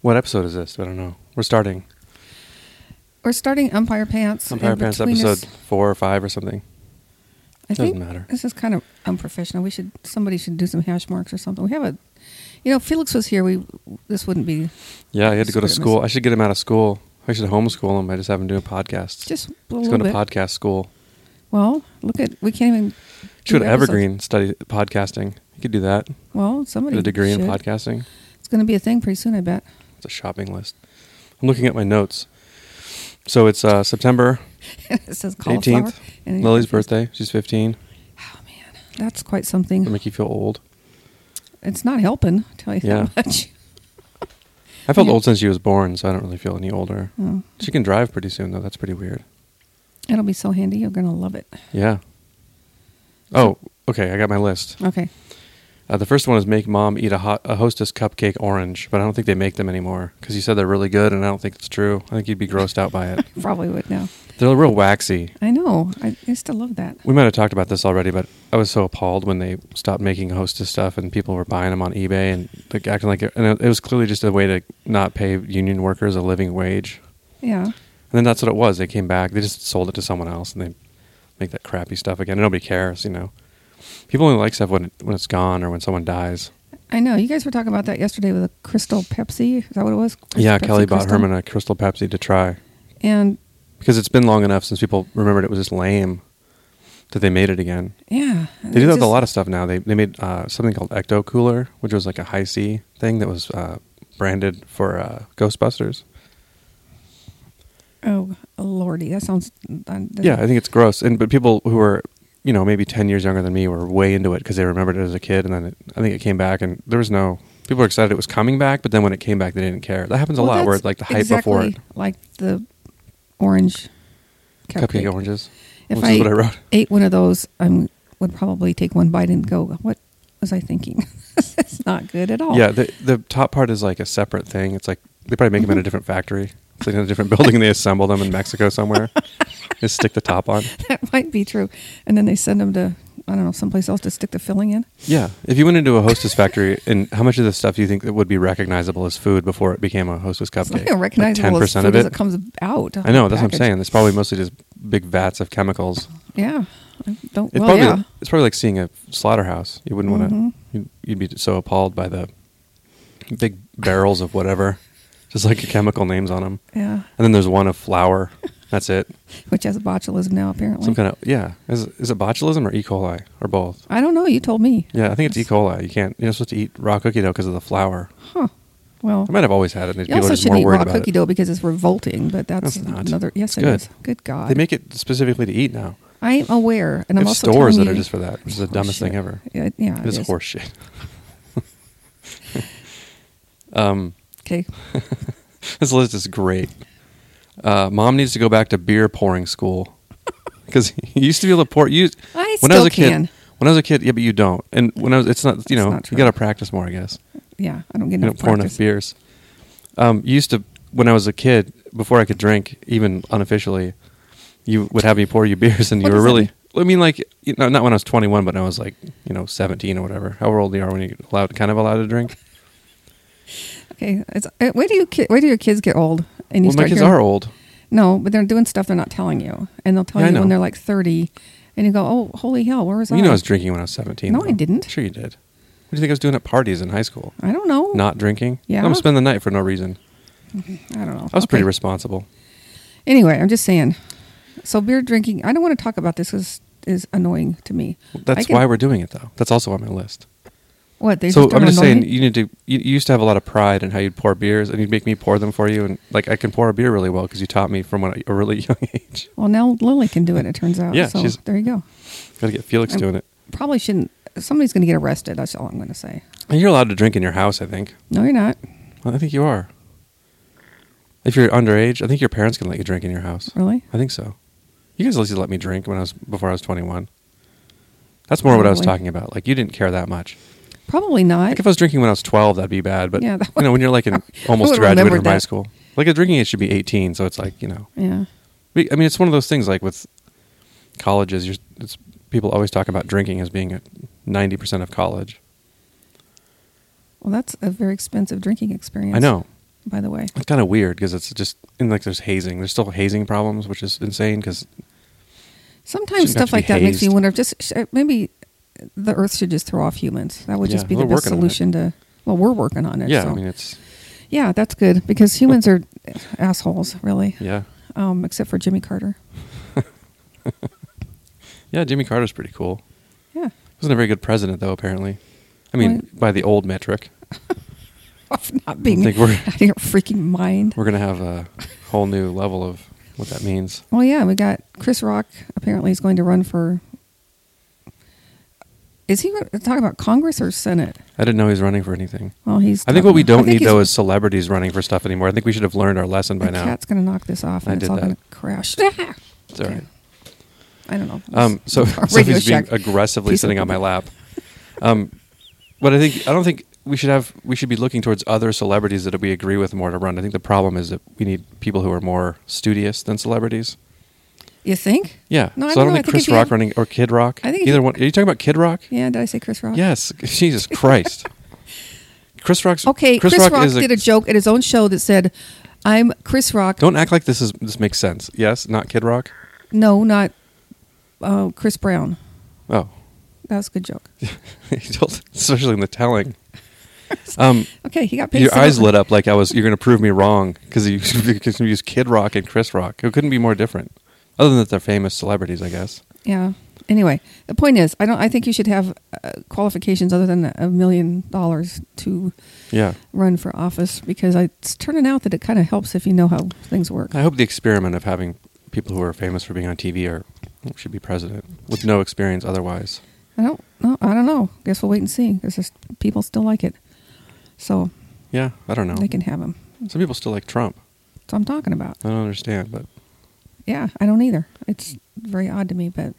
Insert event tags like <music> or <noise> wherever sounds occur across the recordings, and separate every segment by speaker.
Speaker 1: What episode is this? I don't know. We're starting
Speaker 2: We're starting Umpire Pants.
Speaker 1: Empire
Speaker 2: and
Speaker 1: Pants
Speaker 2: between us-
Speaker 1: episode four or five or something.
Speaker 2: I
Speaker 1: Doesn't
Speaker 2: think
Speaker 1: matter.
Speaker 2: This is kind of unprofessional. We should somebody should do some hash marks or something. We have a, you know, Felix was here. We this wouldn't be
Speaker 1: Yeah, I had to go to
Speaker 2: Screw it,
Speaker 1: school.
Speaker 2: miss.
Speaker 1: I should get him out of school. I should homeschool him. I just have him doing podcasts.
Speaker 2: just a
Speaker 1: He's
Speaker 2: little
Speaker 1: going
Speaker 2: bit.
Speaker 1: to podcast school.
Speaker 2: well, look at we can't even.
Speaker 1: Should go
Speaker 2: do
Speaker 1: to
Speaker 2: episodes.
Speaker 1: Evergreen study podcasting. He could do that.
Speaker 2: Well, somebody
Speaker 1: Get a degree in
Speaker 2: should.
Speaker 1: podcasting.
Speaker 2: It's going to be a thing pretty soon, I bet. <laughs>
Speaker 1: It's a shopping list. I'm looking at my notes. So it's uh, September
Speaker 2: it says cauliflower.
Speaker 1: 18th,
Speaker 2: and-
Speaker 1: Lily's birthday. She's 15.
Speaker 2: Oh man, that's quite
Speaker 1: It'll
Speaker 2: something.
Speaker 1: make you feel old.
Speaker 2: It's not helping. I'll tell you
Speaker 1: Yeah.
Speaker 2: that much. <laughs>
Speaker 1: I felt
Speaker 2: Yeah.
Speaker 1: old since she was born, so I don't really feel any older.
Speaker 2: Oh,
Speaker 1: She can drive pretty soon, though. That's pretty weird.
Speaker 2: it'll be so handy. You're going to love it.
Speaker 1: Yeah. Oh, okay. I got my list.
Speaker 2: Okay.
Speaker 1: Uh, the first one is make mom eat a, hot, a hostess cupcake orange, but I don't think they make them anymore because you said they're really good, and I don't think it's true. I think you'd be grossed out by it.
Speaker 2: Probably would now.
Speaker 1: They're real waxy.
Speaker 2: I know. I, I still love that.
Speaker 1: We might have talked about this already, but I was so appalled when they stopped making hostess stuff and people were buying them on eBay and like, acting like it, and it was clearly just a way to not pay union workers a living wage.
Speaker 2: Yeah.
Speaker 1: And then that's what it was. They came back. They just sold it to someone else, and they make that crappy stuff again. And nobody cares, you know. People only like stuff when it, when it's gone or when someone dies.
Speaker 2: I know. You guys were talking about that yesterday with a Crystal Pepsi. Is that what it was? Crystal
Speaker 1: yeah,
Speaker 2: Pepsi
Speaker 1: Kelly bought
Speaker 2: Crystal?
Speaker 1: Herman a Crystal Pepsi to try
Speaker 2: And
Speaker 1: because it's been long enough since people remembered it was just lame that they made it again.
Speaker 2: yeah.
Speaker 1: They do that with a lot of stuff now. They they made uh, something called Ecto Cooler, which was like a high C thing that was uh, branded for uh, Ghostbusters.
Speaker 2: Oh, lordy. That sounds. Uh,
Speaker 1: Yeah, I think it's gross. And but people who were, you know, maybe ten years younger than me were way into it because they remembered it as a kid, and then it, I think it came back, and there was no people were excited it was coming back, but then when it came back, they didn't care. That happens a lot where it's like the hype before it.
Speaker 2: Like the orange
Speaker 1: Cupcake,
Speaker 2: cupcake.
Speaker 1: oranges,
Speaker 2: If
Speaker 1: which is what I wrote.
Speaker 2: <laughs> ate one of those, I would probably take one bite and go, what was I thinking? <laughs> it's not good at all.
Speaker 1: Yeah, the the top part is like a separate thing. It's like they probably make
Speaker 2: Mm-hmm.
Speaker 1: them in a different factory. It's like in a different building. and They assemble them in Mexico
Speaker 2: <laughs>
Speaker 1: somewhere. Just stick the top on.
Speaker 2: <laughs> that might be true. And then they send them to, I don't know, someplace else to stick the filling in.
Speaker 1: Yeah, if you went into a Hostess factory, and how much of this stuff do you think that would be recognizable as food before it became a Hostess
Speaker 2: It's not
Speaker 1: cupcake?
Speaker 2: even recognizable
Speaker 1: Ten
Speaker 2: as
Speaker 1: percent
Speaker 2: food
Speaker 1: of
Speaker 2: as
Speaker 1: it.
Speaker 2: it comes out.
Speaker 1: I know. That's what I'm
Speaker 2: Packaged.
Speaker 1: saying. It's probably mostly just big vats of chemicals.
Speaker 2: Yeah. I don't,
Speaker 1: It's
Speaker 2: well,
Speaker 1: probably
Speaker 2: yeah.
Speaker 1: it's probably like seeing a slaughterhouse. You wouldn't want to.
Speaker 2: Mhm.
Speaker 1: You'd, you'd be so appalled by the big barrels of whatever, just like chemical names on them.
Speaker 2: Yeah.
Speaker 1: And then there's one of flour. That's it.
Speaker 2: Which has botulism now, apparently.
Speaker 1: Some kind of yeah. Is is it botulism or E. coli or both?
Speaker 2: I don't know. You told me.
Speaker 1: Yeah, I think it's E. coli. You can't. You're not supposed to eat raw cookie dough because of the flour.
Speaker 2: Huh. Well,
Speaker 1: I might have always had it. and
Speaker 2: you
Speaker 1: people are
Speaker 2: also
Speaker 1: just
Speaker 2: shouldn't
Speaker 1: more
Speaker 2: eat
Speaker 1: worried
Speaker 2: raw
Speaker 1: about
Speaker 2: cookie
Speaker 1: it.
Speaker 2: dough because it's revolting, but that's,
Speaker 1: That's not.
Speaker 2: another. Yes,
Speaker 1: It's
Speaker 2: it
Speaker 1: good.
Speaker 2: is. Good God.
Speaker 1: They make it specifically to eat now.
Speaker 2: I'm aware. And
Speaker 1: They
Speaker 2: I'm
Speaker 1: have
Speaker 2: also
Speaker 1: stores
Speaker 2: telling
Speaker 1: that are
Speaker 2: you-
Speaker 1: just for that, which is the dumbest thing
Speaker 2: Horseshit.
Speaker 1: ever.
Speaker 2: Yeah. yeah
Speaker 1: It is horse shit. <laughs> um,
Speaker 2: Okay.
Speaker 1: <laughs> this list is great. Uh, Mom needs to go back to beer pouring school <laughs> because you used to be able to pour. You
Speaker 2: I
Speaker 1: when
Speaker 2: still
Speaker 1: I was a
Speaker 2: can.
Speaker 1: kid. When I was a kid, yeah, but you don't. And when I was, it's not. You
Speaker 2: It's
Speaker 1: know,
Speaker 2: not
Speaker 1: you
Speaker 2: true.
Speaker 1: got to practice more, I guess.
Speaker 2: Yeah. I don't get
Speaker 1: You
Speaker 2: enough
Speaker 1: don't pour enough
Speaker 2: practice.
Speaker 1: beers. Um, you used to when I was a kid, before I could drink, even unofficially, you would have me pour you <laughs> beers, and you
Speaker 2: What
Speaker 1: were
Speaker 2: does that
Speaker 1: really. I mean, like, you know, not when I was 21, but when I was like, you know, 17 or whatever. How old you are when you're allowed, kind of allowed to drink?
Speaker 2: Okay. It's, uh, where do you ki- where do your kids get old? And you
Speaker 1: Well, my
Speaker 2: start
Speaker 1: kids
Speaker 2: hearing-
Speaker 1: are old.
Speaker 2: No, but they're doing stuff they're not telling you, and they'll tell
Speaker 1: Yeah, I
Speaker 2: you when
Speaker 1: know.
Speaker 2: they're like thirty, and you go, "Oh, holy hell, where was
Speaker 1: Well,
Speaker 2: I?"
Speaker 1: you know, I was drinking when I was 17.
Speaker 2: No, I didn't.
Speaker 1: Sure, you did. What do you think I was doing at parties in high school?
Speaker 2: I don't know.
Speaker 1: Not drinking?
Speaker 2: Yeah.
Speaker 1: I'm going to spend the night for no reason.
Speaker 2: I don't know.
Speaker 1: I was pretty
Speaker 2: Okay.
Speaker 1: responsible.
Speaker 2: Anyway, I'm just saying. So beer drinking, I don't want to talk about this. Is is annoying to me. I
Speaker 1: That's
Speaker 2: can-
Speaker 1: why we're doing it, though. That's also on my list.
Speaker 2: What they
Speaker 1: so
Speaker 2: just
Speaker 1: I'm
Speaker 2: are
Speaker 1: just saying,
Speaker 2: annoying?
Speaker 1: you need to. You, you used to have a lot of pride in how you'd pour beers, and you'd make me pour them for you. And like, I can pour a beer really well because you taught me from when I- a really <laughs> young age.
Speaker 2: Well, now Lily can do it. It turns out.
Speaker 1: Yeah,
Speaker 2: So
Speaker 1: she's-
Speaker 2: there you go.
Speaker 1: Got to get Felix
Speaker 2: I'm-
Speaker 1: doing it.
Speaker 2: Probably shouldn't. Somebody's going to get arrested. That's all I'm going to say.
Speaker 1: And you're allowed to drink in your house, I think.
Speaker 2: No, you're not.
Speaker 1: Well, I think you are. If you're underage, I think your parents can let you drink in your house.
Speaker 2: Really?
Speaker 1: I think so. You guys at least let me drink when I was before I was 21. That's more what I was
Speaker 2: Probably.
Speaker 1: talking about. Like you didn't care that much.
Speaker 2: Probably not.
Speaker 1: Like if I was drinking when I was 12, that'd be bad. But
Speaker 2: Yeah, that
Speaker 1: you know, when you're like
Speaker 2: <laughs> I
Speaker 1: in almost
Speaker 2: would've
Speaker 1: graduated from
Speaker 2: remembered
Speaker 1: high
Speaker 2: that.
Speaker 1: school, like a drinking age should be 18. So it's like you know,
Speaker 2: yeah.
Speaker 1: we- I mean, it's one of those things. Like with colleges, you're, it's people always talk about drinking as being at 90 percent of college.
Speaker 2: Well, that's a very expensive drinking experience.
Speaker 1: I know.
Speaker 2: by the way.
Speaker 1: It's kind of weird because it's just and like there's hazing. There's still hazing problems, which is insane because
Speaker 2: Sometimes
Speaker 1: Shouldn't have
Speaker 2: stuff
Speaker 1: to be
Speaker 2: like that makes me
Speaker 1: hazed.
Speaker 2: wonder if just sh- uh, maybe the Earth should just throw off humans. That would
Speaker 1: Yeah,
Speaker 2: just be the
Speaker 1: we're
Speaker 2: best
Speaker 1: working on it.
Speaker 2: solution to. Well, we're working on it.
Speaker 1: yeah,
Speaker 2: so.
Speaker 1: I mean it's
Speaker 2: yeah, that's good because humans are assholes, really.
Speaker 1: yeah,
Speaker 2: Um, except for Jimmy Carter.
Speaker 1: yeah. Jimmy Carter's pretty cool.
Speaker 2: Yeah. <laughs>
Speaker 1: Wasn't a very good president though. Apparently, I mean
Speaker 2: What?
Speaker 1: by the old metric,
Speaker 2: Of not being
Speaker 1: think
Speaker 2: <laughs>
Speaker 1: we're-
Speaker 2: out of your freaking mind.
Speaker 1: we're gonna have a whole new level of what that means.
Speaker 2: Well, yeah, we got Chris Rock. Apparently, is going to run for. Is he re- talking about Congress or Senate?
Speaker 1: I didn't know he was running for anything.
Speaker 2: Well, he's.
Speaker 1: I think what we
Speaker 2: talking- I
Speaker 1: don't
Speaker 2: think
Speaker 1: need
Speaker 2: he's-
Speaker 1: though is celebrities running for stuff anymore. I think we should have learned our lesson by
Speaker 2: the
Speaker 1: now.
Speaker 2: cat's going to knock this off, and
Speaker 1: I
Speaker 2: it's
Speaker 1: did
Speaker 2: all
Speaker 1: that.
Speaker 2: going to crash. <laughs>
Speaker 1: It's all right.
Speaker 2: I don't know.
Speaker 1: Um, <laughs> so
Speaker 2: <laughs> Our Radio
Speaker 1: Sophie's being
Speaker 2: Shack.
Speaker 1: aggressively
Speaker 2: Piece of
Speaker 1: sitting on my
Speaker 2: paper.
Speaker 1: lap. Um, but I think I don't think we should have we should be looking towards other celebrities that we agree with more to run. I think the problem is that we need people who are more studious than celebrities.
Speaker 2: You think?
Speaker 1: Yeah.
Speaker 2: No, I
Speaker 1: so I
Speaker 2: don't
Speaker 1: don't
Speaker 2: know. I
Speaker 1: think
Speaker 2: think
Speaker 1: Chris
Speaker 2: if you
Speaker 1: Rock
Speaker 2: had-
Speaker 1: running or Kid Rock.
Speaker 2: I think if
Speaker 1: either
Speaker 2: you-
Speaker 1: one. Are you talking about Kid Rock?
Speaker 2: Yeah. Did I say Chris Rock?
Speaker 1: Yes. Jesus
Speaker 2: <laughs>
Speaker 1: Christ. Chris Rock's
Speaker 2: Okay. Chris, Rock,
Speaker 1: is
Speaker 2: did a joke at his own show that said, "I'm Chris Rock."
Speaker 1: Don't act like this is this makes sense. Yes, not Kid Rock.
Speaker 2: No, not uh, Chris Brown.
Speaker 1: Oh, <laughs>
Speaker 2: That was a good joke. <laughs>
Speaker 1: He told- especially in the telling. Um,
Speaker 2: Okay, he got paid.
Speaker 1: Your eyes lit up like I was. You're going to prove me wrong because you <laughs> because you used Kid Rock and Chris Rock. It couldn't be more different. Other than that, they're famous celebrities, I guess.
Speaker 2: Yeah. Anyway, the point is, I don't. I think you should have uh, qualifications other than a million dollars to
Speaker 1: Yeah.
Speaker 2: run for office because I, it's turning out that it kind of helps if you know how things work.
Speaker 1: I hope the experiment of having people who are famous for being on TV or should be president with no experience otherwise.
Speaker 2: I don't know. I don't know. Guess we'll wait and see. Because just people still like it, so
Speaker 1: Yeah, I don't know.
Speaker 2: they can have him. That's
Speaker 1: Some people still like Trump.
Speaker 2: what I'm talking about.
Speaker 1: I don't understand, but
Speaker 2: Yeah, I don't either. It's very odd to me, but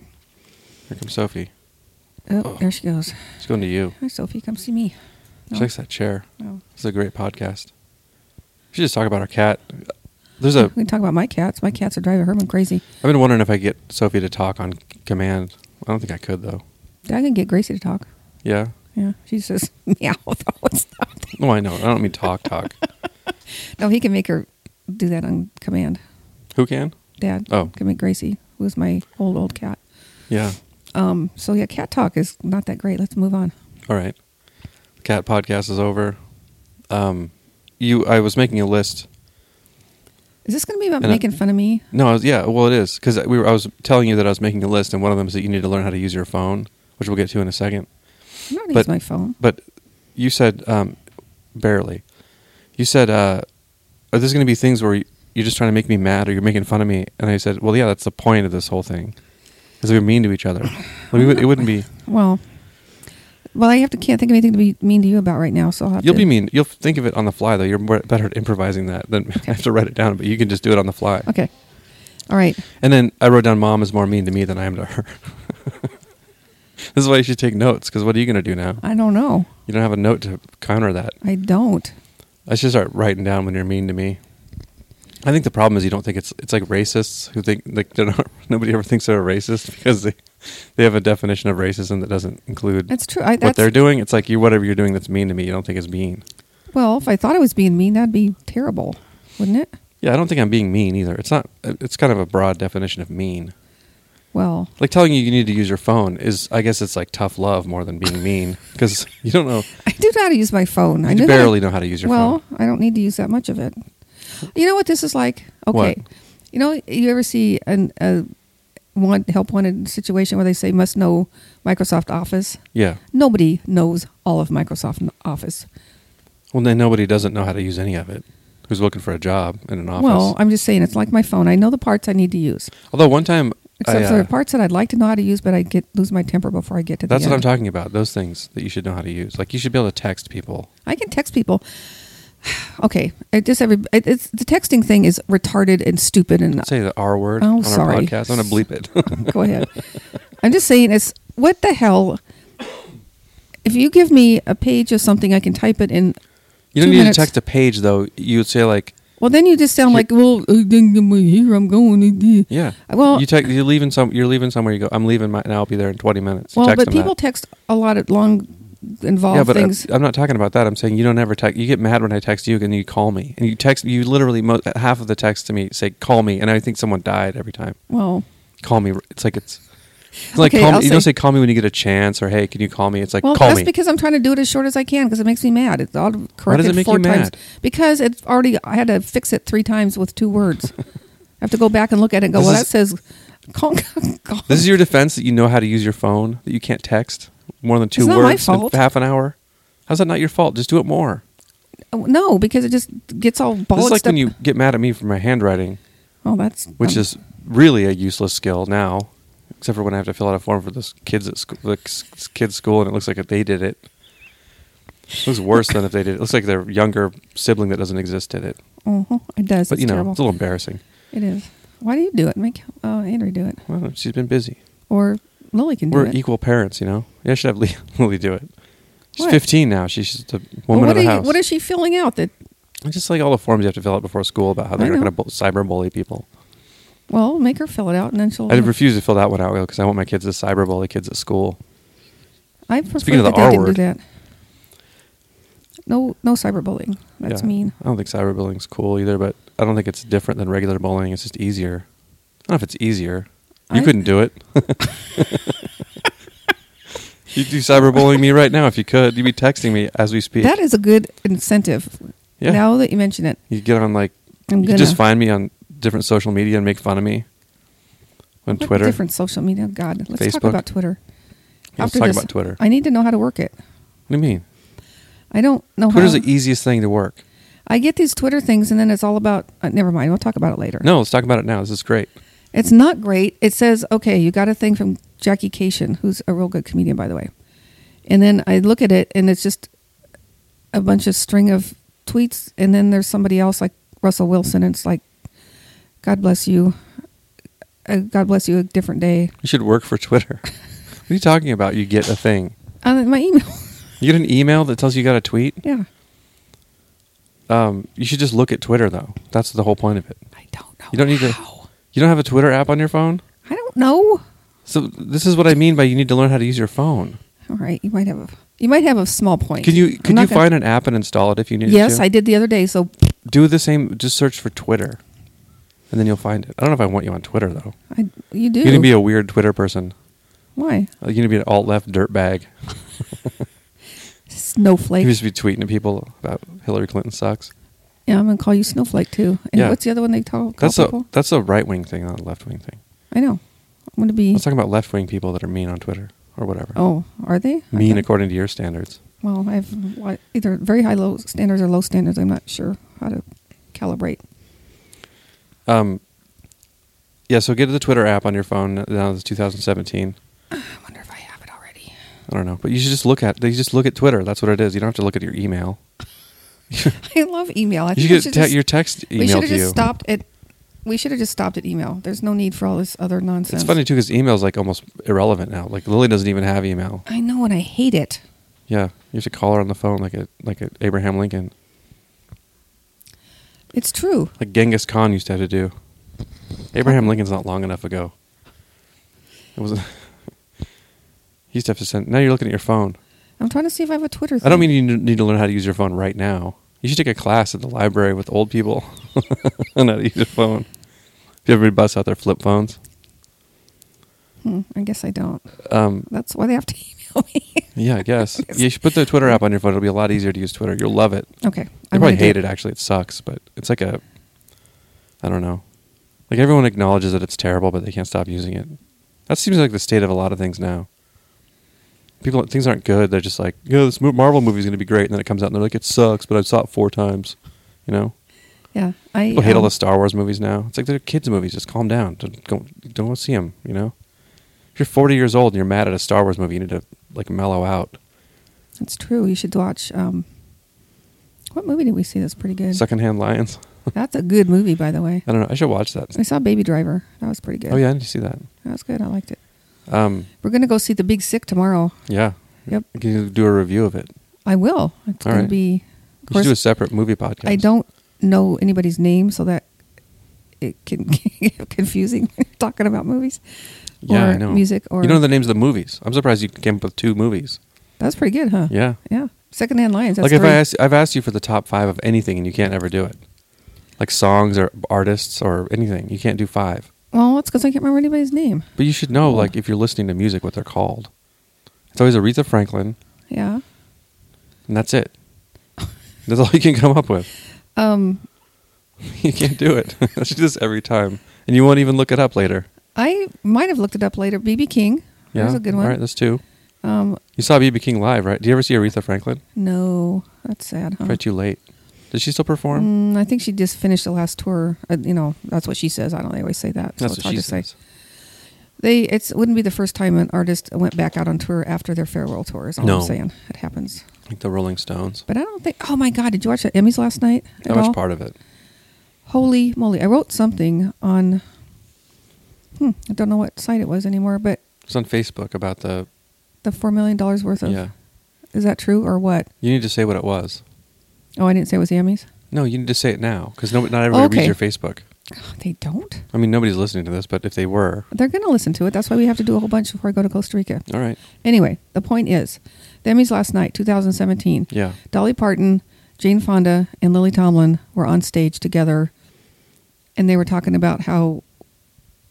Speaker 1: here comes Sophie.
Speaker 2: oh,
Speaker 1: Oh.
Speaker 2: there she goes.
Speaker 1: It's going to you.
Speaker 2: Hi, Sophie. Come see me.
Speaker 1: She likes that chair.
Speaker 2: No.
Speaker 1: This is a great podcast. We should just talk about our cat. There's a.
Speaker 2: <laughs> We can talk about my cats. My cats are driving Herman crazy.
Speaker 1: I've been wondering if I could get Sophie to talk on command. I don't think I could though.
Speaker 2: I can get Gracie to talk.
Speaker 1: Yeah.
Speaker 2: Yeah, she says <laughs> meow. That was not.
Speaker 1: No, I know. I don't mean talk talk.
Speaker 2: <laughs> No, he can make her do that on command.
Speaker 1: Who can?
Speaker 2: Dad
Speaker 1: Oh.
Speaker 2: can make Gracie, who's my old old cat.
Speaker 1: Yeah.
Speaker 2: Um, so yeah, cat talk is not that great. Let's move on.
Speaker 1: All right. Cat podcast is over. Um, you. I was making a list.
Speaker 2: Is this going to be about
Speaker 1: And I-
Speaker 2: making fun of me?
Speaker 1: No. I was, yeah. Well, it is because we were. I was telling you that I was making a list, and one of them is that you need to learn how to use your phone, which we'll get to in a second.
Speaker 2: I'm not going to
Speaker 1: But-
Speaker 2: use my phone.
Speaker 1: But you said um, barely. You said, uh, "Are there going to be things where you- you're just trying to make me mad, or you're making fun of me?" And I said, "Well, yeah, that's the point of this whole thing, because we're mean to each
Speaker 2: <laughs>
Speaker 1: other. Like, we would- it wouldn't be."
Speaker 2: Well, well, I have to can't think of anything to be mean to you about right now. So I'll have
Speaker 1: You'll
Speaker 2: to-
Speaker 1: be mean. You'll think of it on the fly, though. You're more, better at improvising that than <laughs> I have to write it down. But you can just do it on the fly.
Speaker 2: Okay. All right.
Speaker 1: And then I wrote down, "Mom is more mean to me than I am to her." <laughs> this is why you should take notes. Because what are you going to do now?
Speaker 2: I don't know.
Speaker 1: You don't have a note to counter that.
Speaker 2: I don't.
Speaker 1: I should start writing down when you're mean to me. I think the problem is you don't think it's it's like racists who think like <laughs> they're not, nobody ever thinks they're a racist because they they have a definition of racism that doesn't include
Speaker 2: That's true. I, that's,
Speaker 1: what they're doing. It's like you whatever you're doing that's mean to me, you don't think is mean.
Speaker 2: Well, if I thought I was being mean, that'd be terrible, wouldn't it?
Speaker 1: Yeah, I don't think I'm being mean either. It's not. It's kind of a broad definition of mean.
Speaker 2: Well,
Speaker 1: Like telling you you need to use your phone is, I guess, it's like tough love more than being mean because <laughs> you don't know.
Speaker 2: I do know how to use my phone. I
Speaker 1: You
Speaker 2: knew that I-
Speaker 1: barely know how to use your
Speaker 2: well,
Speaker 1: phone.
Speaker 2: I don't need to use that much of it. You know what this is like? Okay.
Speaker 1: What?
Speaker 2: You know, you ever see an, a want help wanted situation where they say must know Microsoft Office?
Speaker 1: Yeah.
Speaker 2: Nobody knows all of Microsoft Office.
Speaker 1: Well, then nobody doesn't know how to use any of it. Who's looking for a job in an office?
Speaker 2: Well, I'm just saying it's like my phone. I know the parts I need to use,
Speaker 1: Although one time, I,
Speaker 2: except for
Speaker 1: uh,
Speaker 2: the parts that I'd like to know how to use, but I get lose my temper before I get to.
Speaker 1: that's
Speaker 2: the
Speaker 1: what I'm
Speaker 2: end.
Speaker 1: talking about. Those things that you should know how to use. Like you should be able to text people.
Speaker 2: I can text people. <sighs> okay, I just every it- it's the texting thing is retarded and stupid and
Speaker 1: Say the R word
Speaker 2: Oh,
Speaker 1: on our
Speaker 2: sorry.
Speaker 1: podcast. I'm gonna bleep it.
Speaker 2: <laughs> go ahead. I'm just saying, it's what the hell. If you give me a page of something, I can type it in.
Speaker 1: you don't
Speaker 2: Two
Speaker 1: need
Speaker 2: minutes.
Speaker 1: to text a page though. You would say like,
Speaker 2: Well, then you just sound like, well, uh, ding, ding, wait, here I'm going. uh, ding.
Speaker 1: yeah.
Speaker 2: Well-
Speaker 1: you text. You're leaving some. You're leaving somewhere. You go. I'm leaving, my, and I'll be there in 20 minutes. You
Speaker 2: Well,
Speaker 1: text
Speaker 2: but
Speaker 1: them
Speaker 2: people
Speaker 1: that.
Speaker 2: text a lot of long involve
Speaker 1: yeah, but uh,
Speaker 2: things.
Speaker 1: I, am not talking about that. I'm saying you don't ever text. You get mad when I text you, and you call me, and you text. You literally mo- half of the text to me say "call me," and I think someone died every time.
Speaker 2: well,
Speaker 1: Call me. It's like it's. It's like
Speaker 2: Okay,
Speaker 1: call
Speaker 2: I'll
Speaker 1: me, you don't
Speaker 2: say-
Speaker 1: say call me when you get a chance or hey can you call me it's like
Speaker 2: well,
Speaker 1: call
Speaker 2: that's
Speaker 1: me
Speaker 2: because I'm trying to do it as short as I can because it makes me mad. It's all corrected
Speaker 1: it make
Speaker 2: four
Speaker 1: you
Speaker 2: times
Speaker 1: mad?
Speaker 2: because it's already. I had to fix it three times with two
Speaker 1: <laughs>
Speaker 2: words. I have to go back and look at it. and Go
Speaker 1: This
Speaker 2: well,
Speaker 1: is-
Speaker 2: that says. Call, <laughs> call.
Speaker 1: this is your defense that you know how to use your phone that you can't text more than two
Speaker 2: It's not my
Speaker 1: words
Speaker 2: fault.
Speaker 1: in half an hour how's that not your fault just do it more
Speaker 2: no because it just gets all balled
Speaker 1: this is like
Speaker 2: up.
Speaker 1: when you get mad at me for my handwriting
Speaker 2: oh that's
Speaker 1: which
Speaker 2: um,
Speaker 1: is really a useless skill now, except for when I have to fill out a form for this kids at school, the s- s- kids school, and it looks like if they did it. It looks worse than if they did. It It looks like their younger sibling that doesn't exist did it.
Speaker 2: uh-huh, it does
Speaker 1: But
Speaker 2: it's
Speaker 1: you know,
Speaker 2: terrible.
Speaker 1: it's a little embarrassing.
Speaker 2: It is. Why do you do it? Make uh, Andrew do it,
Speaker 1: Well, she's been busy.
Speaker 2: or Lily can do
Speaker 1: We're
Speaker 2: it.
Speaker 1: equal parents, you know. Yeah, I should have Lee, <laughs> Lily do it. She's
Speaker 2: What?
Speaker 1: 15 now. She's just a
Speaker 2: Well,
Speaker 1: woman
Speaker 2: what
Speaker 1: of the
Speaker 2: are you-
Speaker 1: house.
Speaker 2: what is she filling out? That
Speaker 1: It's just like all the forms you have to fill out before school about how
Speaker 2: I
Speaker 1: they're
Speaker 2: know.
Speaker 1: going to bu- cyberbully people.
Speaker 2: well, make her fill it out, and then she'll.
Speaker 1: I refuse to fill that one out because I want my kids to cyberbully kids at school.
Speaker 2: I prefer
Speaker 1: Speaking of
Speaker 2: that
Speaker 1: the R
Speaker 2: they
Speaker 1: word.
Speaker 2: didn't do that. No, no cyberbullying. That's
Speaker 1: Yeah. Uh,
Speaker 2: mean.
Speaker 1: I don't think cyberbullying's cool either, but I don't think it's different than regular bullying. It's just easier. I don't know if it's easier. You
Speaker 2: I-
Speaker 1: couldn't do it. <laughs> You'd do cyberbullying me right now if you could. You'd be texting me as we speak.
Speaker 2: That is a good incentive.
Speaker 1: Yeah.
Speaker 2: Now that you mention it,
Speaker 1: you get on like
Speaker 2: I'm
Speaker 1: you
Speaker 2: gonna
Speaker 1: could just find me on different social media and make fun of me on
Speaker 2: What
Speaker 1: Twitter.
Speaker 2: Different social media. God, let's talk
Speaker 1: Facebook.
Speaker 2: about Twitter.
Speaker 1: Yeah, let's
Speaker 2: After
Speaker 1: talk
Speaker 2: this,
Speaker 1: about Twitter.
Speaker 2: I need to know how to work it.
Speaker 1: what do you mean?
Speaker 2: I don't know
Speaker 1: Twitter's
Speaker 2: how.
Speaker 1: the easiest thing to work.
Speaker 2: I get these Twitter things, and then it's all about. Uh, never mind. We'll talk about it later.
Speaker 1: No, let's talk about it now. This is great.
Speaker 2: It's not great. It says, okay, you got a thing from Jackie Cation, who's a real good comedian, by the way. And then I look at it, and it's just a bunch of string of tweets. And then there's somebody else like Russell Wilson. And it's like, God bless you. Uh, God bless you. A different day.
Speaker 1: You should work for
Speaker 2: <laughs>
Speaker 1: Twitter. what are you talking about? You get a thing.
Speaker 2: Uh, my email. <laughs>
Speaker 1: You get an email that tells you you got a tweet?
Speaker 2: yeah.
Speaker 1: Um, you should just look at Twitter though. That's the whole point of it.
Speaker 2: I don't know.
Speaker 1: You don't need to-
Speaker 2: how.
Speaker 1: You don't have a Twitter app on your phone?
Speaker 2: I don't know.
Speaker 1: So this is what I mean by you need to learn how to use your phone.
Speaker 2: All right. You might have a. You might have a small point.
Speaker 1: Can you
Speaker 2: I'm
Speaker 1: could
Speaker 2: not
Speaker 1: you
Speaker 2: gonna-
Speaker 1: find an app and install it if you need to?
Speaker 2: Yes, I did the other day. So
Speaker 1: Do the same just search for Twitter. And then you'll find it. I don't know if I want you on Twitter though.
Speaker 2: I, you do.
Speaker 1: You're gonna be a weird Twitter person.
Speaker 2: Why?
Speaker 1: You're gonna be an alt left dirtbag.
Speaker 2: Snowflake.
Speaker 1: You just be tweeting at people about Hillary Clinton sucks.
Speaker 2: Yeah, I'm gonna call you snowflake too. And
Speaker 1: Yeah.
Speaker 2: what's the other one they talk? Call
Speaker 1: That's a
Speaker 2: people?
Speaker 1: that's a right wing thing, not a left wing thing.
Speaker 2: I know. I'm gonna be.
Speaker 1: Let's talk about left wing people that are mean on Twitter or whatever.
Speaker 2: Oh, are they
Speaker 1: mean
Speaker 2: Okay.
Speaker 1: according to your standards.
Speaker 2: Well, I have why- either very high low standards or low standards. I'm not sure how to calibrate.
Speaker 1: Um, yeah, so get to the Twitter app on your phone. Now it's 2017.
Speaker 2: I wonder if I have it already. <laughs>
Speaker 1: I don't know, but you should just look at. You just look at Twitter. That's what it is. You don't have to look at your email.
Speaker 2: I love email. I
Speaker 1: You
Speaker 2: I
Speaker 1: should
Speaker 2: should
Speaker 1: get te-
Speaker 2: just-
Speaker 1: your text
Speaker 2: We should
Speaker 1: emailed
Speaker 2: have
Speaker 1: to
Speaker 2: just
Speaker 1: you.
Speaker 2: stopped at. We should have just stopped at email. There's no need for all this other nonsense.
Speaker 1: It's funny too because email's like almost irrelevant now. Like Lily doesn't even have email.
Speaker 2: I know, and I hate it.
Speaker 1: Yeah, you have to call her on the phone like a like a Abraham Lincoln,
Speaker 2: It's true.
Speaker 1: like Genghis Khan used to have to do. Abraham Lincoln's not long enough ago. It was. <laughs> he used to have to send. Now you're looking at your phone.
Speaker 2: I'm trying to see if I have a Twitter. Thing.
Speaker 1: I don't mean you n- need to learn how to use your phone right now. You should take a class at the library with old people <laughs> on how to use your phone. If everybody busts out their flip phones,
Speaker 2: Hmm, I guess I don't.
Speaker 1: um,
Speaker 2: That's why they have to <laughs> email me.
Speaker 1: yeah, I guess Yeah, you should put the Twitter app on your phone. It'll be a lot easier to use Twitter. You'll love it. I
Speaker 2: okay. I'm gonna
Speaker 1: probably
Speaker 2: do
Speaker 1: hate it actually. It sucks, but it's like a, I don't know, like everyone acknowledges that it's terrible, but they can't stop using it. That seems like the state of a lot of things now. People things aren't good. They're just like, yeah, this mo- Marvel movie's going to be great, and then it comes out and they're like, it sucks, but I saw it four times, you know.
Speaker 2: Yeah, I
Speaker 1: People hate all
Speaker 2: um,
Speaker 1: the Star Wars movies now. It's like they're kids' movies. Just calm down. Don't go, don't go see them. You know, if you're 40 years old and you're mad at a Star Wars movie, you need to like mellow out.
Speaker 2: That's true. You should watch. Um, what movie did we see that's pretty good?
Speaker 1: Secondhand Lions. <laughs>
Speaker 2: That's a good movie, by the way.
Speaker 1: I don't know. I should watch that.
Speaker 2: We saw Baby Driver. That was pretty good.
Speaker 1: Oh yeah, I didn't see that.
Speaker 2: that was good. I liked it.
Speaker 1: Um,
Speaker 2: We're gonna go see The Big Sick tomorrow.
Speaker 1: yeah.
Speaker 2: Yep.
Speaker 1: You can do a review of it.
Speaker 2: I will. It's
Speaker 1: All
Speaker 2: gonna
Speaker 1: right.
Speaker 2: be.
Speaker 1: You should
Speaker 2: Of
Speaker 1: do a
Speaker 2: course,
Speaker 1: separate movie podcast.
Speaker 2: I don't know anybody's name, so that it can <laughs> get confusing talking about movies
Speaker 1: Yeah,
Speaker 2: or
Speaker 1: I know.
Speaker 2: music or
Speaker 1: you know the names of the movies. I'm surprised you came up with two movies.
Speaker 2: That's pretty good, huh?
Speaker 1: Yeah.
Speaker 2: Yeah. Secondhand Lions. That's
Speaker 1: like if
Speaker 2: three.
Speaker 1: I ask, I've asked you for the top five of anything and you can't ever do it, like songs or artists or anything. You can't do five.
Speaker 2: Well, that's because I can't remember anybody's name.
Speaker 1: But you should know, like if you're listening to music, what they're called. It's always Aretha Franklin,
Speaker 2: Yeah.
Speaker 1: and that's
Speaker 2: <laughs>
Speaker 1: it. That's all you can come up with. <laughs>
Speaker 2: Um,
Speaker 1: You can't do it. <laughs> she does this every time, and you won't even look it up later.
Speaker 2: I might have looked it up later. BB King.
Speaker 1: Yeah,
Speaker 2: There's a good one.
Speaker 1: All right, that's two.
Speaker 2: um,
Speaker 1: You saw BB King live, right? Do you ever see Aretha Franklin?
Speaker 2: no, that's sad, huh?
Speaker 1: Probably too late. Does she still perform?
Speaker 2: Uh-huh. Mm, I think she just finished the last tour. Uh, you know, that's what she says. I don't always say that. So
Speaker 1: That's
Speaker 2: it's
Speaker 1: what
Speaker 2: hard
Speaker 1: she
Speaker 2: to say.
Speaker 1: says.
Speaker 2: They it wouldn't be the first time an artist went back out on tour after their farewell tour. Is all
Speaker 1: No.
Speaker 2: I'm saying. It happens.
Speaker 1: Like the Rolling Stones.
Speaker 2: But I don't think. Oh my God! Did you watch the Emmys last night?
Speaker 1: I
Speaker 2: at all?
Speaker 1: watched part of it.
Speaker 2: Holy moly! I wrote something on. Hmm, I don't know what site it was anymore, but
Speaker 1: It's on Facebook about the.
Speaker 2: the four million dollars worth of.
Speaker 1: Yeah.
Speaker 2: Is that true or what?
Speaker 1: You need to say what it was.
Speaker 2: Oh, I didn't say it was the Emmys.
Speaker 1: No, you need to say it now because no, not everybody
Speaker 2: Okay.
Speaker 1: reads your Facebook.
Speaker 2: God, they don't.
Speaker 1: I mean, nobody's listening to this, but if they were,
Speaker 2: They're going to listen to it. That's why we have to do a whole bunch before I go to Costa Rica.
Speaker 1: all right.
Speaker 2: Anyway, the point is, the Emmys last night, 2017.
Speaker 1: Yeah.
Speaker 2: Dolly Parton, Jane Fonda, and Lily Tomlin were on stage together, and they were talking about how